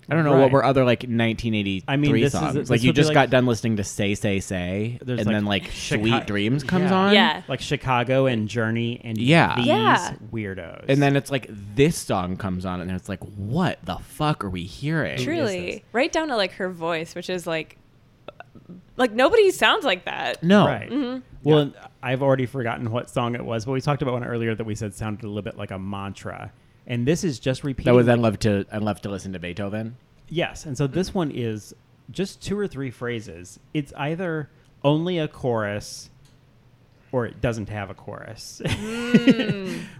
C: I don't know
B: Right.
C: what were other like 1983
B: I mean, this is-
C: songs.
B: this
C: like you
B: would be
C: just
B: like-
C: got done listening to Say Say Say and
B: There's, like,
C: then like
B: Chicago-
C: Sweet Dreams comes
B: Yeah.
C: on.
A: Yeah.
B: Like Chicago and Journey and
C: Yeah.
B: these
A: Yeah.
B: weirdos.
C: And then it's like this song comes on and it's like what the fuck are we hearing?
A: Truly.
B: this?
A: Right down to like her voice, which is like like nobody sounds like that.
C: No.
B: Right. Well, and I've already forgotten what song it was, but we talked about one earlier that we said sounded a little bit like a mantra. And this is just repeating.
C: That was I love to I love to listen to Beethoven.
B: Yes, and so this one is just two or three phrases. It's either only a chorus or it doesn't have a chorus. <laughs>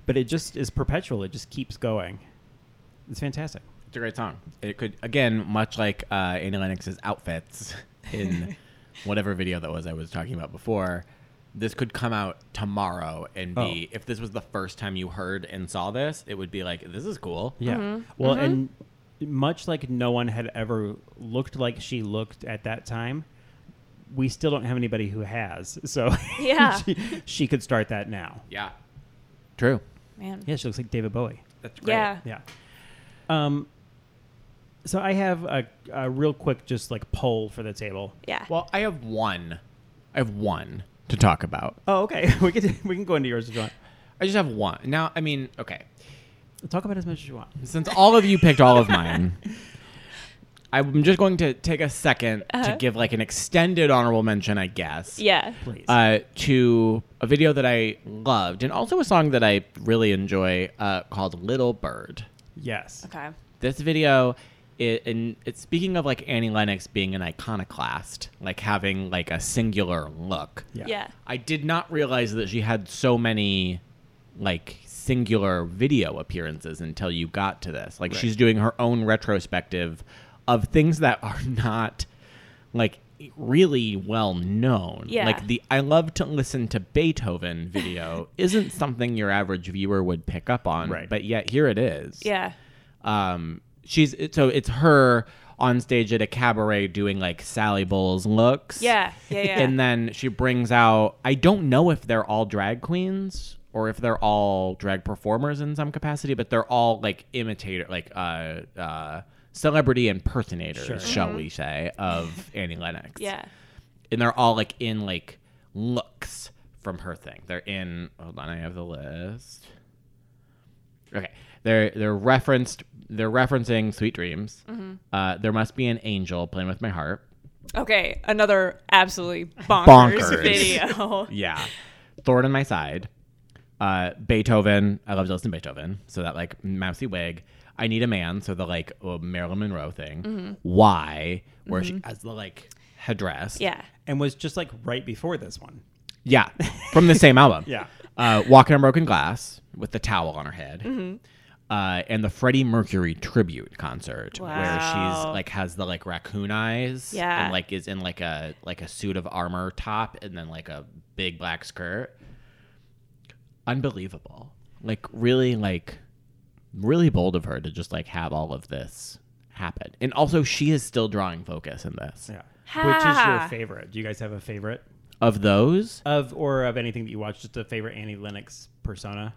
B: but it just is perpetual. It just keeps going. It's fantastic.
C: It's a great song. It could again, much like uh, Annie Lennox's outfits <laughs> in whatever video that was I was talking about before. This could come out tomorrow and be if this was the first time you heard and saw this, it would be like this is cool.
B: Yeah. Well, and much like no one had ever looked like she looked at that time, we still don't have anybody who has. So <laughs>
A: Yeah.
B: she, she could start that now.
C: Yeah, true.
A: Man.
B: Yeah, she looks like David Bowie.
C: That's great.
A: Yeah.
B: Yeah. Um, so I have a, a real quick, just like poll for the table.
A: Yeah.
C: Well, I have one. I have one to talk about.
B: Oh, okay. <laughs> we can we can go into yours if you want.
C: I just have one. Now, I mean, okay.
B: Talk about it as much as you want.
C: Since all of you picked all of mine, I'm just going to take a 2nd to give like an extended honorable mention, I guess.
A: Yeah.
B: Please.
C: Uh, to a video that I loved and also a song that I really enjoy uh, called Little Bird.
B: yes.
A: Okay.
C: This video, it, and it's speaking of like Annie Lennox being an iconoclast, like having like a singular look.
A: Yeah.
C: I did not realize that she had so many like singular video appearances until you got to this. Like
B: Right.
C: she's doing her own retrospective of things that are <laughs> not like really well known.
A: Yeah.
C: Like the I love to listen to
A: <laughs>
C: Beethoven video isn't something your average viewer would pick up on,
B: Right.
C: but yet here it is
A: Yeah.
C: um she's it- so it's her on stage at a cabaret doing like Sally Bowles looks.
A: Yeah, yeah, yeah.
C: And then she brings out I don't know if they're all drag queens or if they're all drag performers in some capacity, but they're all like imitator like uh uh celebrity impersonators,
B: Sure.
C: shall we say, of <laughs> Annie Lennox
A: Mm-hmm. Yeah.
C: and they're all like in like looks from her thing. They're in hold on, I have the list. Okay. They're they're referenced they're referencing Sweet Dreams.
A: Mm-hmm.
C: Uh, there must be an angel playing with my heart.
A: Okay. Another absolutely bonkers,
C: Bonkers.
A: video.
C: <laughs> Yeah. Thorn in my side. Uh, Beethoven. I love to listen to Beethoven. So that like mousy wig. I need a man. So the like uh, Marilyn Monroe thing. Why? Where she has the like headdress.
A: yeah.
B: And was just like right before this one.
C: Yeah, from the same album.
B: Yeah.
C: uh, walking on broken glass with the towel on her head,
A: Mm-hmm.
C: uh, and the Freddie Mercury tribute concert where she's
A: Wow.
C: like has the like raccoon eyes,
A: Yeah.
C: and like is in like a like a suit of armor top and then like a big black skirt. Unbelievable! Like really, like really bold of her to just like have all of this happen, and also she is still drawing focus in this.
B: <laughs> Yeah. Which is your
A: Ha.
B: favorite? Do you guys have a favorite
C: Of those,
B: of or of anything that you watch? Just a favorite Annie Lennox persona?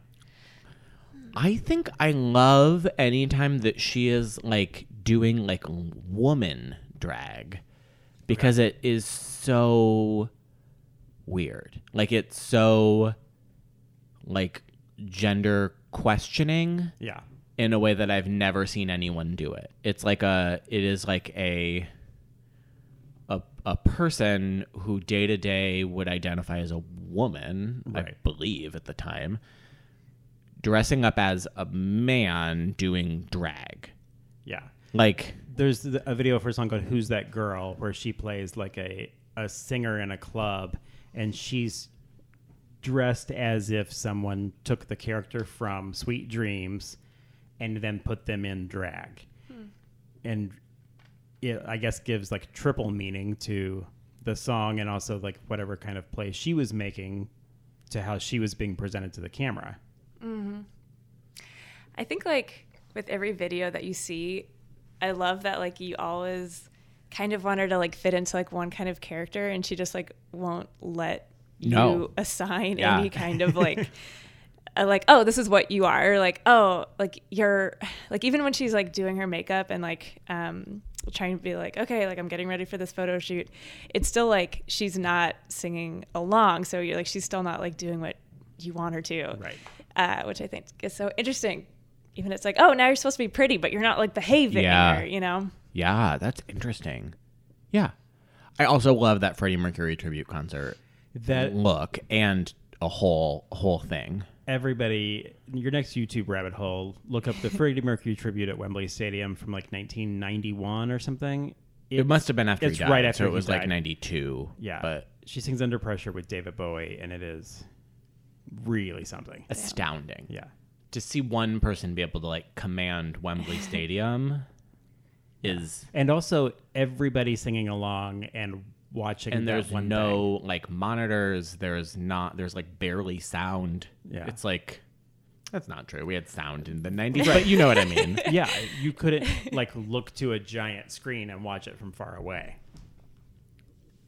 C: I think I love anytime that she is like doing like woman drag because it is so weird. Like it's so like gender questioning
B: Yeah.
C: in a way that I've never seen anyone do it. It's like a it is like a a, a person who day to day would identify as a woman, I
B: Right.
C: believe at the time, dressing up as a man doing drag.
B: Yeah.
C: Like
B: There's th- a video for a song called "Who's That Girl" where she plays like a a singer in a club, and she's dressed as if someone took the character from Sweet Dreams and then put them in drag. And it, I guess, gives like triple meaning to the song and also like whatever kind of play she was making to how she was being presented to the camera.
A: I think like with every video that you see, I love that like you always kind of want her to like fit into like one kind of character and she just like won't let
C: No.
A: you assign
C: Yeah.
A: any kind of
C: <laughs>
A: like uh, like oh this is what you are or like oh like you're <sighs> like even when she's like doing her makeup and like um trying to be like okay like i'm getting ready for this photo shoot it's still like she's not singing along so you're like she's still not like doing what you want her to
B: Right.
A: uh, which I think is so interesting. Even it's like, oh, now you're supposed to be pretty, but you're not like behaving,
C: Yeah.
A: or, you know?
C: yeah, that's interesting. Yeah. I also love that Freddie Mercury tribute concert
B: That
C: look and a whole whole thing.
B: everybody your next YouTube rabbit hole, look up the Freddie Mercury tribute at Wembley Stadium from like 1991 or something.
C: It must have been after
B: it's
C: he died.
B: right after
C: so it
B: he
C: was like
B: died.
C: 92.
B: Yeah,
C: But
B: she sings "Under Pressure" with David Bowie, and it is really something.
C: astounding.
B: Yeah,
C: To see one person be able to like command
B: <laughs>
C: Wembley Stadium is
B: and also everybody singing along and watching.
C: and
B: that
C: there's
B: one thing.
C: no like monitors, there's not there's like barely sound.
B: Yeah.
C: It's like that's not true. We had sound in the 90s, but you know what
B: <laughs>
C: I mean. <laughs>
B: yeah, you couldn't like look to a giant screen and watch it from far away.
C: <laughs>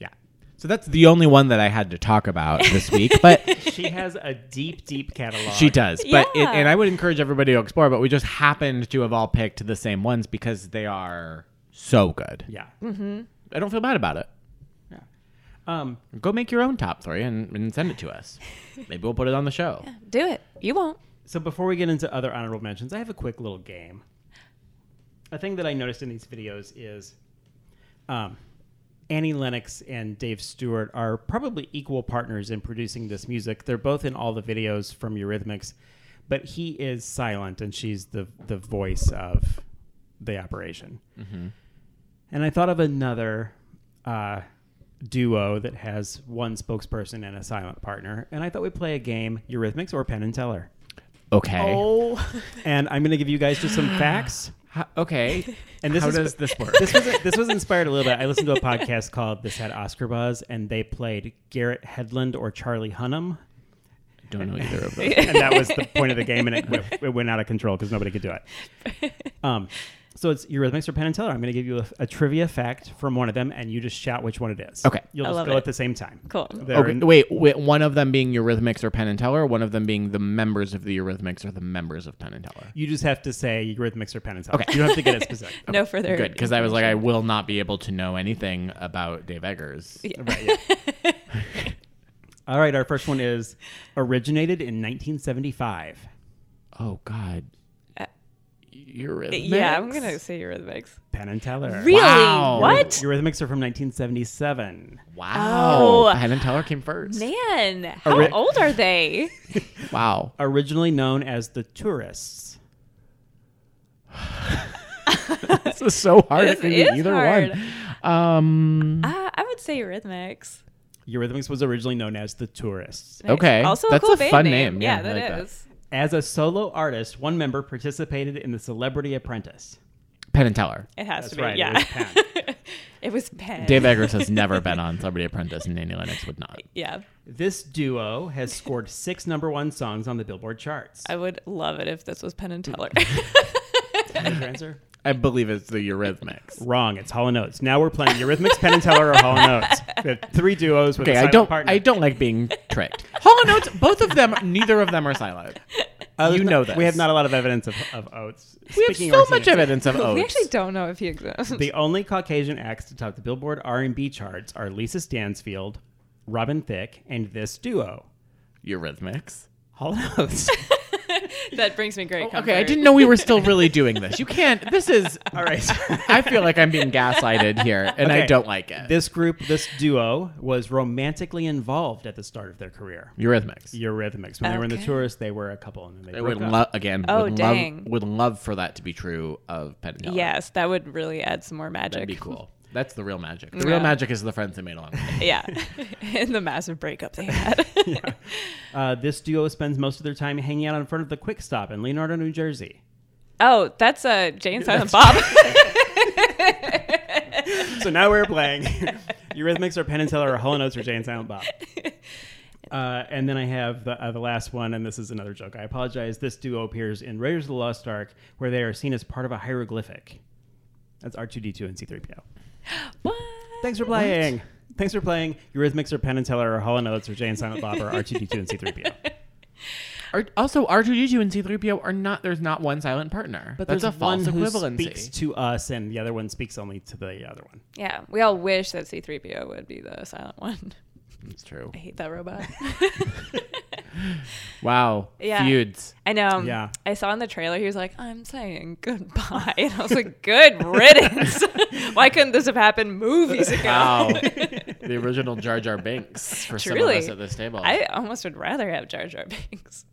C: Yeah. So that's the only one that I had to talk about
B: <laughs>
C: this week, but
B: She has a deep, deep catalog.
C: She does, but it,
A: Yeah.
C: and I would encourage everybody to explore. But we just happened to have all picked the same ones because they are so good.
B: Yeah,
C: <laughs> I don't feel bad about it.
B: yeah. Um,
C: Go make your own top three and, and send it to
A: <laughs>
C: us. Maybe we'll put it on the show.
A: Do it. You won't.
B: So before we get into other honorable mentions, I have a quick little game. a thing that I noticed in these videos is um, Annie Lennox and Dave Stewart are probably equal partners in producing this music. They're both in all the videos from Eurythmics, but he is silent and she's the the voice of the operation. And I thought of another uh, duo that has one spokesperson and a silent partner, and I thought we'd play a game: Eurythmics or Penn and Teller.
C: Okay.
A: Oh, <laughs>
B: And I'm going to give you guys
A: <gasps>
B: just some facts.
C: Ho- okay.
B: And this
C: How
B: is,
C: does this work?
B: This was this was inspired a little bit. I listened to a podcast called "This Had Oscar Buzz," and they played Garrett Hedlund or Charlie Hunnam,
C: Don't know either
A: <laughs>
C: of those.
B: and that was the point of the game. And it, went- it went out of control because nobody could do it. Um, so it's Eurythmics or Penn and Teller. I'm going to give you a, a trivia fact from one of them, and you just shout which one it is.
C: Okay.
B: you'll
A: I
B: just
A: love
B: go
A: it.
B: at the same time.
A: Cool.
B: They're
C: Okay,
B: in-
C: wait, wait, one of them being Eurythmics or Penn and Teller, one of them being the members of the Eurythmics or the members of Penn and Teller.
B: You just have to say Eurythmics or Penn and Teller.
C: Okay.
B: You don't have to get it
C: <laughs>
B: specific.
A: no further.
C: Good, because I was like, I will not be able to know anything about Dave Eggers.
B: Right, yeah. <laughs> All right, our first one is originated in 1975.
C: Oh God,
A: Uh, <laughs>
C: Eurythmics.
A: yeah, I'm gonna say Eurythmics.
B: Penn and Teller.
A: Really?
C: Wow.
A: What?
B: Eurythmics are from 1977.
C: Wow,
A: Oh.
C: Penn and Teller came first.
A: Man, how
B: Ori-
A: old are they? <laughs>
C: Wow,
B: Originally known as the Tourists.
C: this is so hard.
A: This
C: It could be
A: is
C: either
A: hard.
C: one. Um,
A: Uh, I would say Eurythmics.
B: Eurythmics was originally known as the Tourists.
A: Nice.
C: Okay.
A: Also, a
C: That's
A: cool
C: a
A: band
C: fun name.
A: Yeah,
C: Yeah, I like
A: that
C: that.
A: is.
B: As a solo artist, one member participated in The Celebrity Apprentice.
C: Penn and Teller.
A: It has
B: That's
A: to be.
B: right, it
A: Yeah.
B: was Penn.
A: <laughs> it was Penn.
C: Dave Eggers has never been on Celebrity Apprentice, and Annie Lennox would not.
A: <laughs> Yeah,
B: This duo has
A: <laughs>
B: scored six number one songs on the Billboard charts.
A: I would love it if this was Penn and
C: <laughs>
A: Teller. <laughs>
B: What is your answer?
C: I believe it's the Eurythmics.
B: Wrong. It's Hall and Oates. Now we're playing Eurythmics, Penn and Teller, or Hall and Oates. We have three duos with a
C: Okay, I
B: silent
C: don't.
B: partner.
C: I don't like being tricked. Hollow Notes. Both of them. Neither of them are silent.
B: Uh,
C: you
B: no-
C: know this.
B: We have not a lot of evidence of, of Oates.
C: We have
B: Speaking
C: so
B: Orsini,
C: much evidence of
A: we
C: oats.
A: actually don't know if he exists.
B: The only Caucasian acts to top the Billboard R&B charts are Lisa Stansfield, Robin Thicke, and this duo.
C: Eurythmics.
B: Hall and Oates.
C: <laughs>
A: <laughs> that brings me great comfort.
C: Oh, Okay, I didn't know we were still really doing this. You can't. This is.
B: All right.
C: <laughs> I feel like I'm being gaslighted here, and
B: Okay.
C: I don't like it.
B: this group, this duo, was romantically involved at the start of their career.
C: Eurythmics.
B: Eurythmics. When they were in the
A: Okay.
B: tourists, they were a couple, and then they
C: I
B: broke
C: would
B: up.
C: love again.
A: Oh,
C: would
A: dang.
C: Love, would love for that to be true of Penn and Teller.
A: Yes, that would really add some more magic.
C: that'd be cool. That's the real magic. The
A: Yeah.
C: real magic is the friends they made along. the way.
A: Yeah, <laughs> and the massive breakup they
C: <laughs>
A: had.
B: uh, this duo spends most of their time hanging out in front of the Quick Stop in Leonardo, New Jersey.
A: Oh, that's uh, Jane Silent Bob.
C: <laughs>
B: So now we're playing <laughs> Eurythmics or Penn and Teller or Hall and Oates or Jay and Silent <laughs> Bob. Uh, and then I have the, uh, the last one, and this is another joke. I apologize. This duo appears in Raiders of the Lost Ark, where they are seen as part of a hieroglyphic. That's R2D2 and C3PO.
A: what?
B: Thanks for playing. Thanks for playing Eurythmics or Penn and Teller or Hall and Oates or Jay and Silent Bob or R2D2 and <laughs> C3PO.
C: Are, also, R2D2 and C3PO are not. There's not one silent partner. But that's a
B: there's
C: false
B: one who speaks
C: equivalency.
B: to us, and the other one speaks only to the other one.
A: Yeah, we all wish that C-3PO would be the silent one.
C: It's true.
A: I hate that robot. <laughs>
C: Wow.
A: Yeah.
C: Feuds.
A: I know.
B: Yeah.
A: um, I saw in the trailer he was like, "I'm saying goodbye," <laughs> and I was like, "Good riddance." <laughs> Why couldn't this have happened movies ago?
C: Wow. the original Jar Jar Binks for some
A: Truly.
C: of us at this table.
A: I almost would rather have Jar Jar Binks.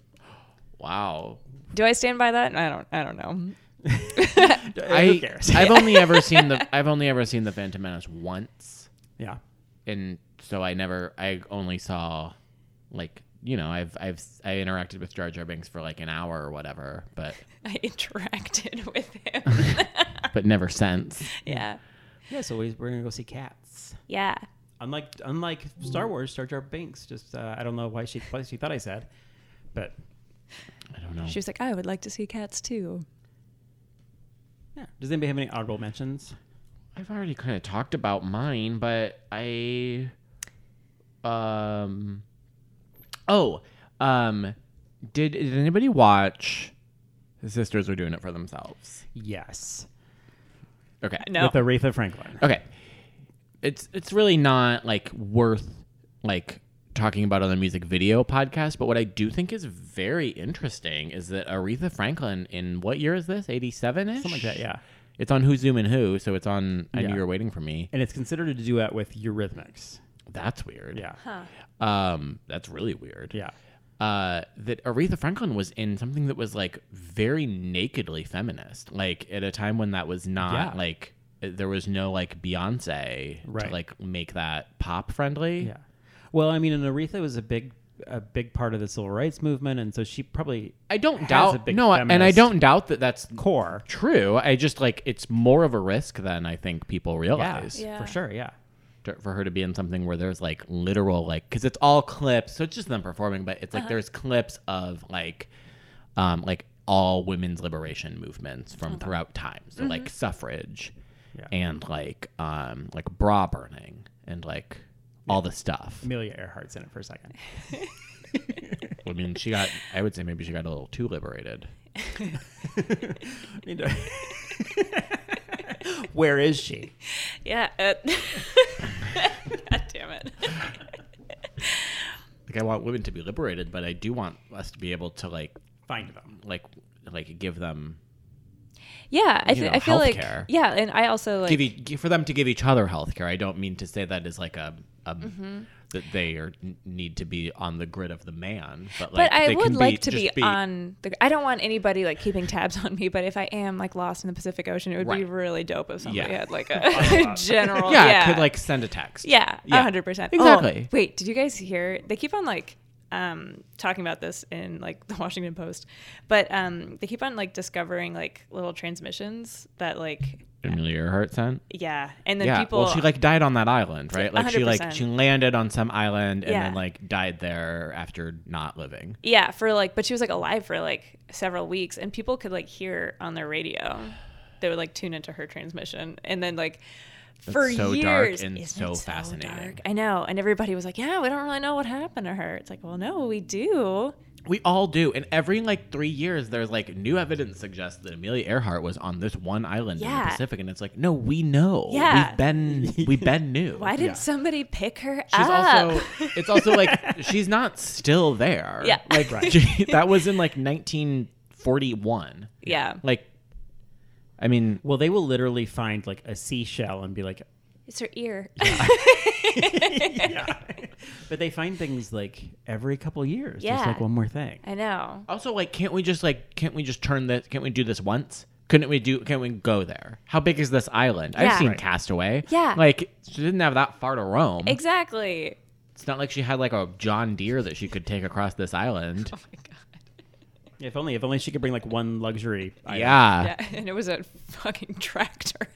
C: wow.
A: Do I stand by that? I don't. I don't know. <laughs>
C: I,
B: who cares? <laughs>
C: I've only ever seen the I've only ever seen the Phantom Menace once,
B: Yeah.
C: and so I never I only saw like you know I've I've I interacted with Jar Jar Binks for like an hour or whatever, but
A: I interacted <laughs> with him. <laughs>
C: but never since.
A: yeah.
B: Yeah, so we- we're going to go see cats.
A: Yeah.
B: Unlike unlike
A: Mm.
B: Star Wars, Star Jar Binks. Just uh, I don't know why she why she thought I said, but
C: I don't know.
A: She was like, I would like to see cats too.
B: yeah. Does anybody have any honorable mentions?
C: I've already kind of talked about mine, but I um oh um did did anybody watch the sisters are doing it for themselves?
B: Yes,
C: Okay.
A: No.
B: with Aretha Franklin.
C: Okay. It's it's really not like worth like talking about on the music video podcast, but what I do think is very interesting is that Aretha Franklin in what year is this? 87 ish?
B: Something like that. Yeah,
C: It's on Who's Zooming Who, so it's on I
B: Yeah.
C: Knew You Were Waiting for Me.
B: and it's considered a duet with Eurythmics.
C: That's weird.
B: Yeah,
C: Um, that's really weird.
B: yeah.
C: Uh, that Aretha Franklin was in something that was like very nakedly feminist, like at a time when that was not
B: Yeah.
C: like there was no like Beyonce to
B: Right.
C: like make that pop friendly.
B: Yeah. Well, I mean, and Aretha was a big, a big part of the civil rights movement, and so she probably
C: I don't
B: has a
C: doubt
B: big
C: no, I- and I
B: feminist
C: don't doubt that that's
B: core.
C: true. I just like it's more of a risk than I think people realize
A: Yeah.
B: for sure. Yeah.
C: to- for her to be in something where there's like literal like because it's all clips, so it's just them performing, but it's like there's clips of like um like all women's liberation movements from throughout time, so like suffrage
B: Yeah.
C: and like um like bra burning and like all the
B: <laughs>
C: stuff.
B: Amelia Earhart's in it for
A: <laughs>
B: a second. <laughs>
C: I mean, she got I would say maybe she got a little too liberated.
B: Need to- <laughs> Where is she?
A: <laughs> Yeah. Uh, <laughs> God damn it.
C: Like I want women to be liberated, but I do want us to be able to like
B: Find them.
C: like like give them
A: Yeah, I,
C: You
A: th-
C: know,
A: I feel like
C: healthcare.
A: yeah, and I also like
C: give e- gi- for them to give each other health care. I don't mean to say that is like a, a
A: Mm-hmm.
C: that they are n- need to be on the grid of the man, but
A: but
C: like
A: I
C: they
A: would
C: can
A: like to
C: just
A: be, on the. I don't want anybody like keeping tabs on me, but if I am like lost in the Pacific Ocean, it would be
C: Right.
A: really dope if somebody
C: Yeah.
A: had
C: <laughs>
A: like <laughs> a general.
C: Yeah,
A: Yeah,
C: it could like send a text.
A: Yeah,
C: Yeah.
A: hundred percent. Oh,
C: Exactly.
A: wait, did you guys hear? They keep on like um, talking about this in like the Washington Post, but um, they keep on like discovering like little transmissions that like
C: Amelia Earhart sent.
A: yeah, and then
C: Yeah,
A: people
C: well, she like died on that island, right? Like she like
A: 100%.
C: she landed on some island and
A: Yeah.
C: then like died there after not living.
A: yeah for like, but she was like alive for like several weeks, and people could like hear on their radio. They would like tune into her transmission, and then like. for
C: so dark
A: years,
C: and
A: Isn't
C: so
A: it
C: fascinating.
A: I know, and everybody was like, "Yeah, we don't really know what happened to her." It's like, well, no, we do.
C: We all do, and every like three years, there's like new evidence suggests that Amelia Earhart was on this one island in
A: Yeah.
C: the Pacific, and it's like, no, we know.
A: Yeah.
C: we've been we've
A: <laughs>
C: been new.
A: Why didn't somebody pick her
C: She's
A: up? <laughs>
C: also it's also like she's not still there.
A: Yeah.
C: Like <laughs> she- that was in like 1941.
A: yeah.
C: Like I mean,
B: Well, they will literally find like a seashell and be like, <laughs>
A: It's her ear. <laughs>
B: but they find things like every couple years.
A: Yeah.
B: Just like one more thing.
A: I know.
C: also like can't we just like can't we just turn this can't we do this once? Couldn't we do can't we go there? How big is this island? I've
A: Yeah.
C: seen
A: Right.
C: Castaway.
A: Yeah.
C: Like she didn't have that far to roam.
A: Exactly.
C: it's not like she had like a John Deere that she could take across
A: <laughs>
C: this island.
A: Oh my god.
B: If only, if only she could bring like one luxury item <laughs>
C: yeah.
A: Yeah, and it was a fucking
C: <laughs>
A: tractor.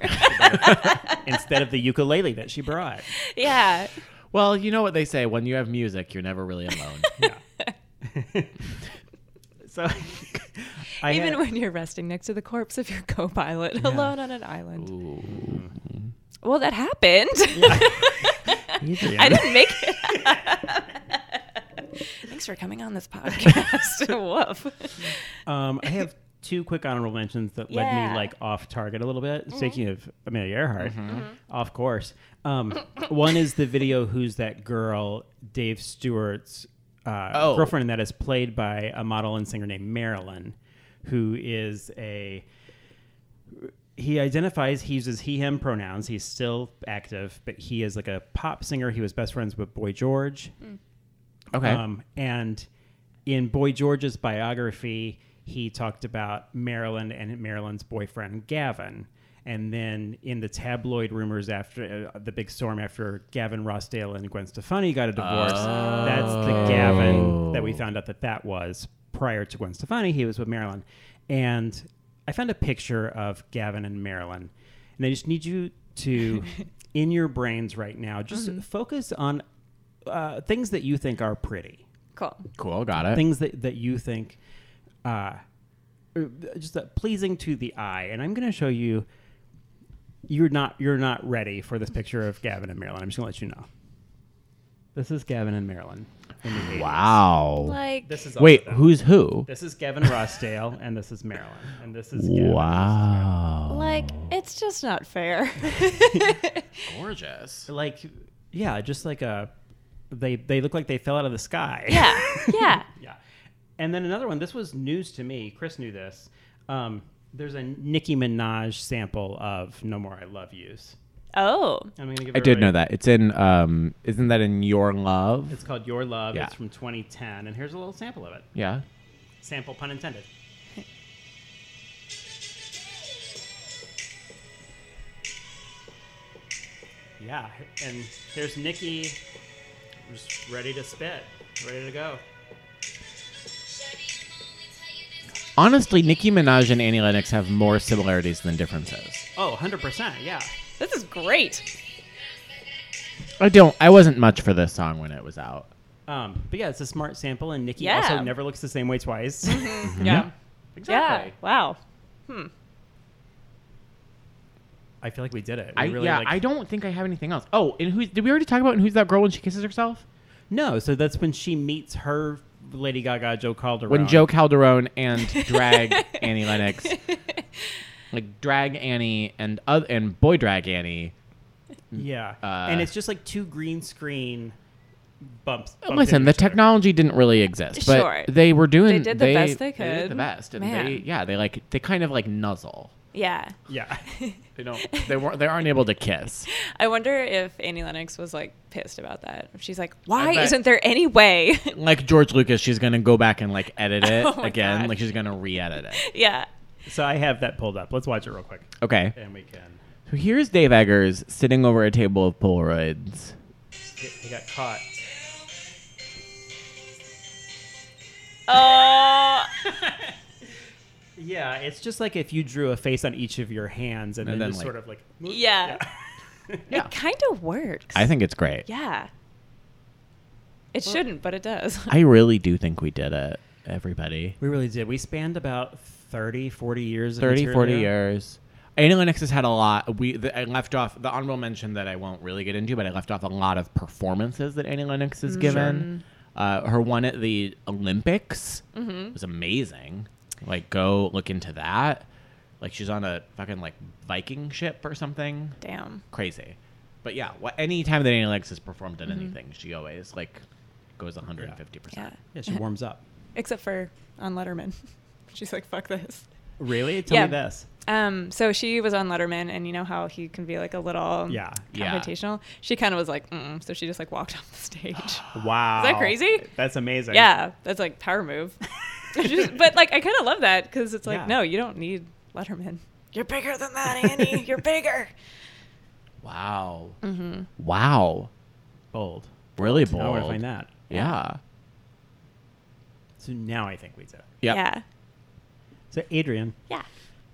A: <laughs>
B: instead of the ukulele that she <laughs> brought.
A: yeah.
C: Well, you know what they say, when you have music, you're never really alone.
B: So, <laughs> I
A: Even
B: had-
A: when you're resting next to the corpse of your <laughs> co-pilot alone on an island. Well, that happened.
B: <laughs>
A: <laughs> I didn't make it. Thanks for coming on this
B: <laughs>
A: podcast. Woof.
B: Um, I have two quick honorable mentions that led
A: Yeah.
B: me like off target a little bit. Speaking of Amelia Earhart, off course. Um, one is the video "Who's That Girl?" Dave Stewart's uh,
C: Oh.
B: girlfriend that is played by a model and singer named Marilyn, who is a he identifies he uses he him pronouns he's still active but he is like a pop singer he was best friends with boy george
C: Okay.
B: um, and in Boy George's biography, he talked about Marilyn and Marilyn's boyfriend, Gavin. And then in the tabloid rumors after uh, the big storm after Gavin Rossdale and Gwen Stefani got a divorce, that's the Gavin that we found out that that was prior to Gwen Stefani. He was with Marilyn. And I found a picture of Gavin and Marilyn. And I just need you to, in your brains right now, just focus on uh, things that you think are pretty,
A: cool.
C: cool, got it.
B: things that, that you think uh, er, just uh, pleasing to the eye. And I'm going to show you. You're not you're not ready for this picture of Gavin and Marilyn. I'm just going to let you know. This is Gavin and Marilyn. in the 80s.
C: Wow.
A: Like
B: This is
C: Wait,
B: awesome.
C: who's who?
B: This is Gavin Rossdale, and this is Marilyn, and this is Gavin.
C: Wow.
A: like it's just not fair.
B: <laughs>
C: Gorgeous.
B: Like, yeah, just like a they they look like they fell out of the sky. <laughs>
A: yeah. Yeah.
B: Yeah. And then another one. This was news to me. Chris knew this. Um, There's a Nicki Minaj sample of "No More I Love Yous."
A: Oh,
B: I'm gonna give
C: I did
B: everybody-
C: know that. It's in um isn't that in Your Love?
B: It's called "Your Love."
C: Yeah.
B: It's from 2010, and here's a little sample of it.
C: yeah.
B: Sample, pun intended. <laughs> Yeah, and there's Nikki, just ready to spit, ready to go.
C: Honestly, Nicki Minaj and Annie Lennox have more similarities than differences.
B: Oh, 100%, yeah.
A: this is great.
C: I don't I wasn't much for this song when it was out.
B: Um, but yeah, it's a smart sample, and Nikki
A: Yeah.
B: also never looks the same way twice.
C: Mm-hmm.
A: Yeah.
B: Mm-hmm. exactly.
A: Yeah. Wow.
B: <laughs> I feel like we did it. We
C: I
B: really,
C: yeah,
B: like-
C: I don't think I have anything else. Oh, and who did we already talk about and who's that girl when she kisses herself?
B: No, so that's when she meets her Lady Gaga, Joe Calderone.
C: When Joe Calderone
B: <laughs>
C: and drag Annie Lennox like drag Annie and oth- and boy drag Annie.
B: Yeah.
C: Uh,
B: and it's just like two green screen bumps. bumped
C: Listen,
B: into
C: the
B: each other.
C: technology didn't really exist, but
A: Sure.
C: they were doing
A: They did the best they
C: they did the
A: could.
C: best and
A: Man.
C: they yeah, they like they kind of like nuzzle.
A: Yeah.
B: Yeah. <laughs>
C: They
A: <laughs>
C: don't they weren't they aren't able to kiss.
A: I wonder if Annie Lennox was like pissed about that. If she's like, why
C: bet-
A: isn't there any way? <laughs>
C: Like George Lucas, she's going to go back and like edit it
A: Oh my
C: again,
A: God.
C: like she's going to re-edit <laughs> it.
A: yeah.
B: So I have that pulled up. Let's watch it real quick,
C: Okay.
B: and we can.
C: So here's Dave Eggers sitting over a table of Polaroids.
B: He- He got caught.
A: Oh,
B: Yeah, it's just like if you drew a face on each of your hands, and,
C: And
B: then,
C: then,
B: just
C: like-
B: sort of like. <laughs>
A: yeah.
C: Yeah.
A: It kind of works.
C: I think it's great.
A: Yeah. It shouldn't, but it does.
C: I really do think we did it, everybody.
B: We really did. We spanned about 30, 40 years. of
C: 30, 40
B: material.
C: years. Annie Lennox has had a lot. We the, I left off the honorable mention that I won't really get into, but I left off a lot of performances that Annie Lennox has
A: Mm,
C: given. Uh, her one at the Olympics
A: Mm-hmm.
C: was amazing. Like, go look into that. Like, she's on a fucking like Viking ship or something.
A: <laughs> Damn.
C: Crazy. But yeah, wha- any time that Annie Lennox has performed at anything, she always like goes 150%.
A: Mm-hmm. Yeah.
B: Yeah, she warms up.
A: Except for on Letterman. <laughs> She's like, fuck this.
B: Really? Tell
A: Yeah.
B: me this.
A: Um, so she was on Letterman, and you know how he can be like a little
B: Yeah.
C: Yeah.
A: confrontational. She kind of was like, Mm-mm, so she just like walked <laughs> off the
C: <gasps>
A: stage.
B: Wow.
A: crazy?
B: That's amazing.
A: yeah, that's like power
C: <laughs>
A: move. <laughs> Just- but like, I kind of love that because it's like,
B: Yeah.
A: no, you don't need Letterman. You're bigger than that, Annie. You're bigger.
C: Wow.
A: Mm-hmm.
C: Wow.
B: Bold.
C: Really
B: Now
C: bold.
B: I want to find that.
C: Yeah.
B: So now I think we did. it.
C: <laughs> Yep.
A: Yeah.
B: So Adrian,
A: Yeah.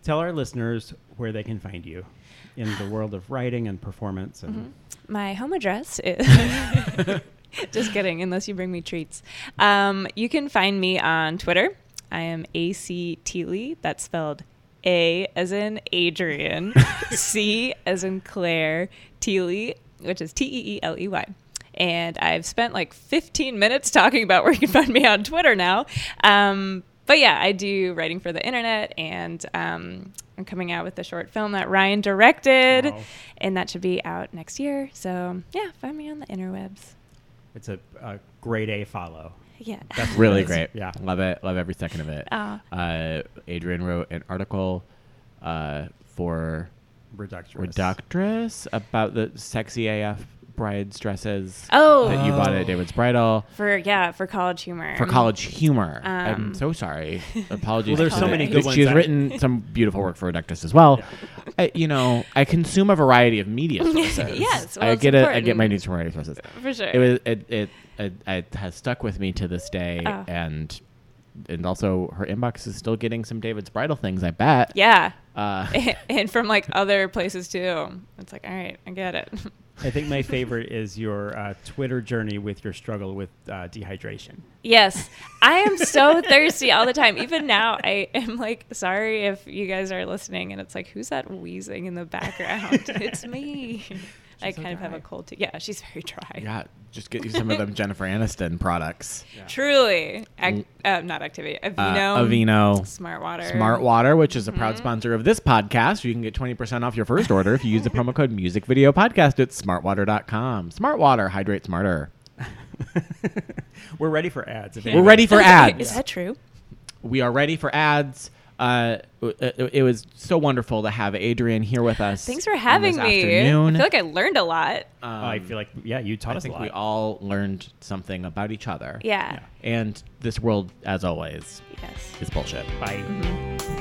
B: tell our listeners where they can find you in
A: <sighs>
B: the world of writing and performance. And
A: My home address is. <laughs> Just kidding, unless you bring me treats. Um, you can find me on Twitter. I am AC Teely. E. That's spelled A as in Adrian, C as in Claire, Teely, which is T E E L E Y. And I've spent like 15 minutes talking about where you can find me on Twitter now. Um, but yeah, I do writing for the internet, and um, I'm coming out with a short film that Ryan directed,
B: Wow.
A: and that should be out next year. So yeah, find me on the interwebs.
B: It's a, a grade A follow.
A: Yeah.
C: Really great.
B: Yeah.
C: Love it. Love every second of it.
A: Aw.
C: Uh, Adrian wrote an article uh, for
B: Reductress.
C: Reductress about the sexy AF bride's dresses
A: Oh,
C: that you bought at David's Bridal
A: <laughs> for yeah, for college humor.
C: for college humor. I'm
A: Um, <laughs>
C: so sorry. Apologies.
B: Well, there's
C: to
A: so
C: the- <laughs>
A: many
B: good
C: but
B: ones
C: She's
B: out.
C: written some beautiful work for Reductress as well. I, you know, I consume a variety
A: <laughs>
C: of media sources.
A: Yes, well,
C: I
A: it's
C: get it. I get
A: important.
C: my news from variety of sources.
A: For sure.
C: It was it it, it it has stuck with me to this day,
A: Oh.
C: and and also her inbox is still getting some David's bridal things. I bet.
A: yeah.
C: Uh,
A: <laughs> and from like other places too. It's like, all right, I get it. <laughs>
B: I think my favorite is your uh, Twitter journey with your struggle with uh, dehydration.
A: Yes. I am so thirsty all the time. Even now, I am like, sorry if you guys are listening and it's like, who's that wheezing in the <laughs> background? it's me. I
C: so
A: kind of have
C: dry.
A: a cold. T- yeah, she's very dry.
C: yeah, just get you
A: <laughs>
C: some of them Jennifer Aniston products.
A: Truly. Ac- uh, not activity.
C: Uh,
A: Avino.
C: Aveeno.
A: Smart water. Mm-hmm.
C: Smart Water, which is a proud sponsor of this podcast. You can get 20% off your first order if you use the promo code Music Video Podcast at smartwater.com. Smart Water, hydrate smarter.
B: We're ready for ads. if
A: Yeah.
C: We're ready for
A: Is
C: ads.
A: that true?
C: we are ready for ads. Uh, it, it was so wonderful to have Adrian here with us.
A: Thanks for
C: on this
A: having me.
C: Afternoon.
A: I feel like I learned a lot.
C: Um,
B: I feel like yeah, you taught
C: I
B: us a
C: think
B: lot.
C: we all learned something about each other.
A: Yeah.
C: And this world, as always,
A: Yes.
C: is bullshit.
B: Bye.
A: Mhm.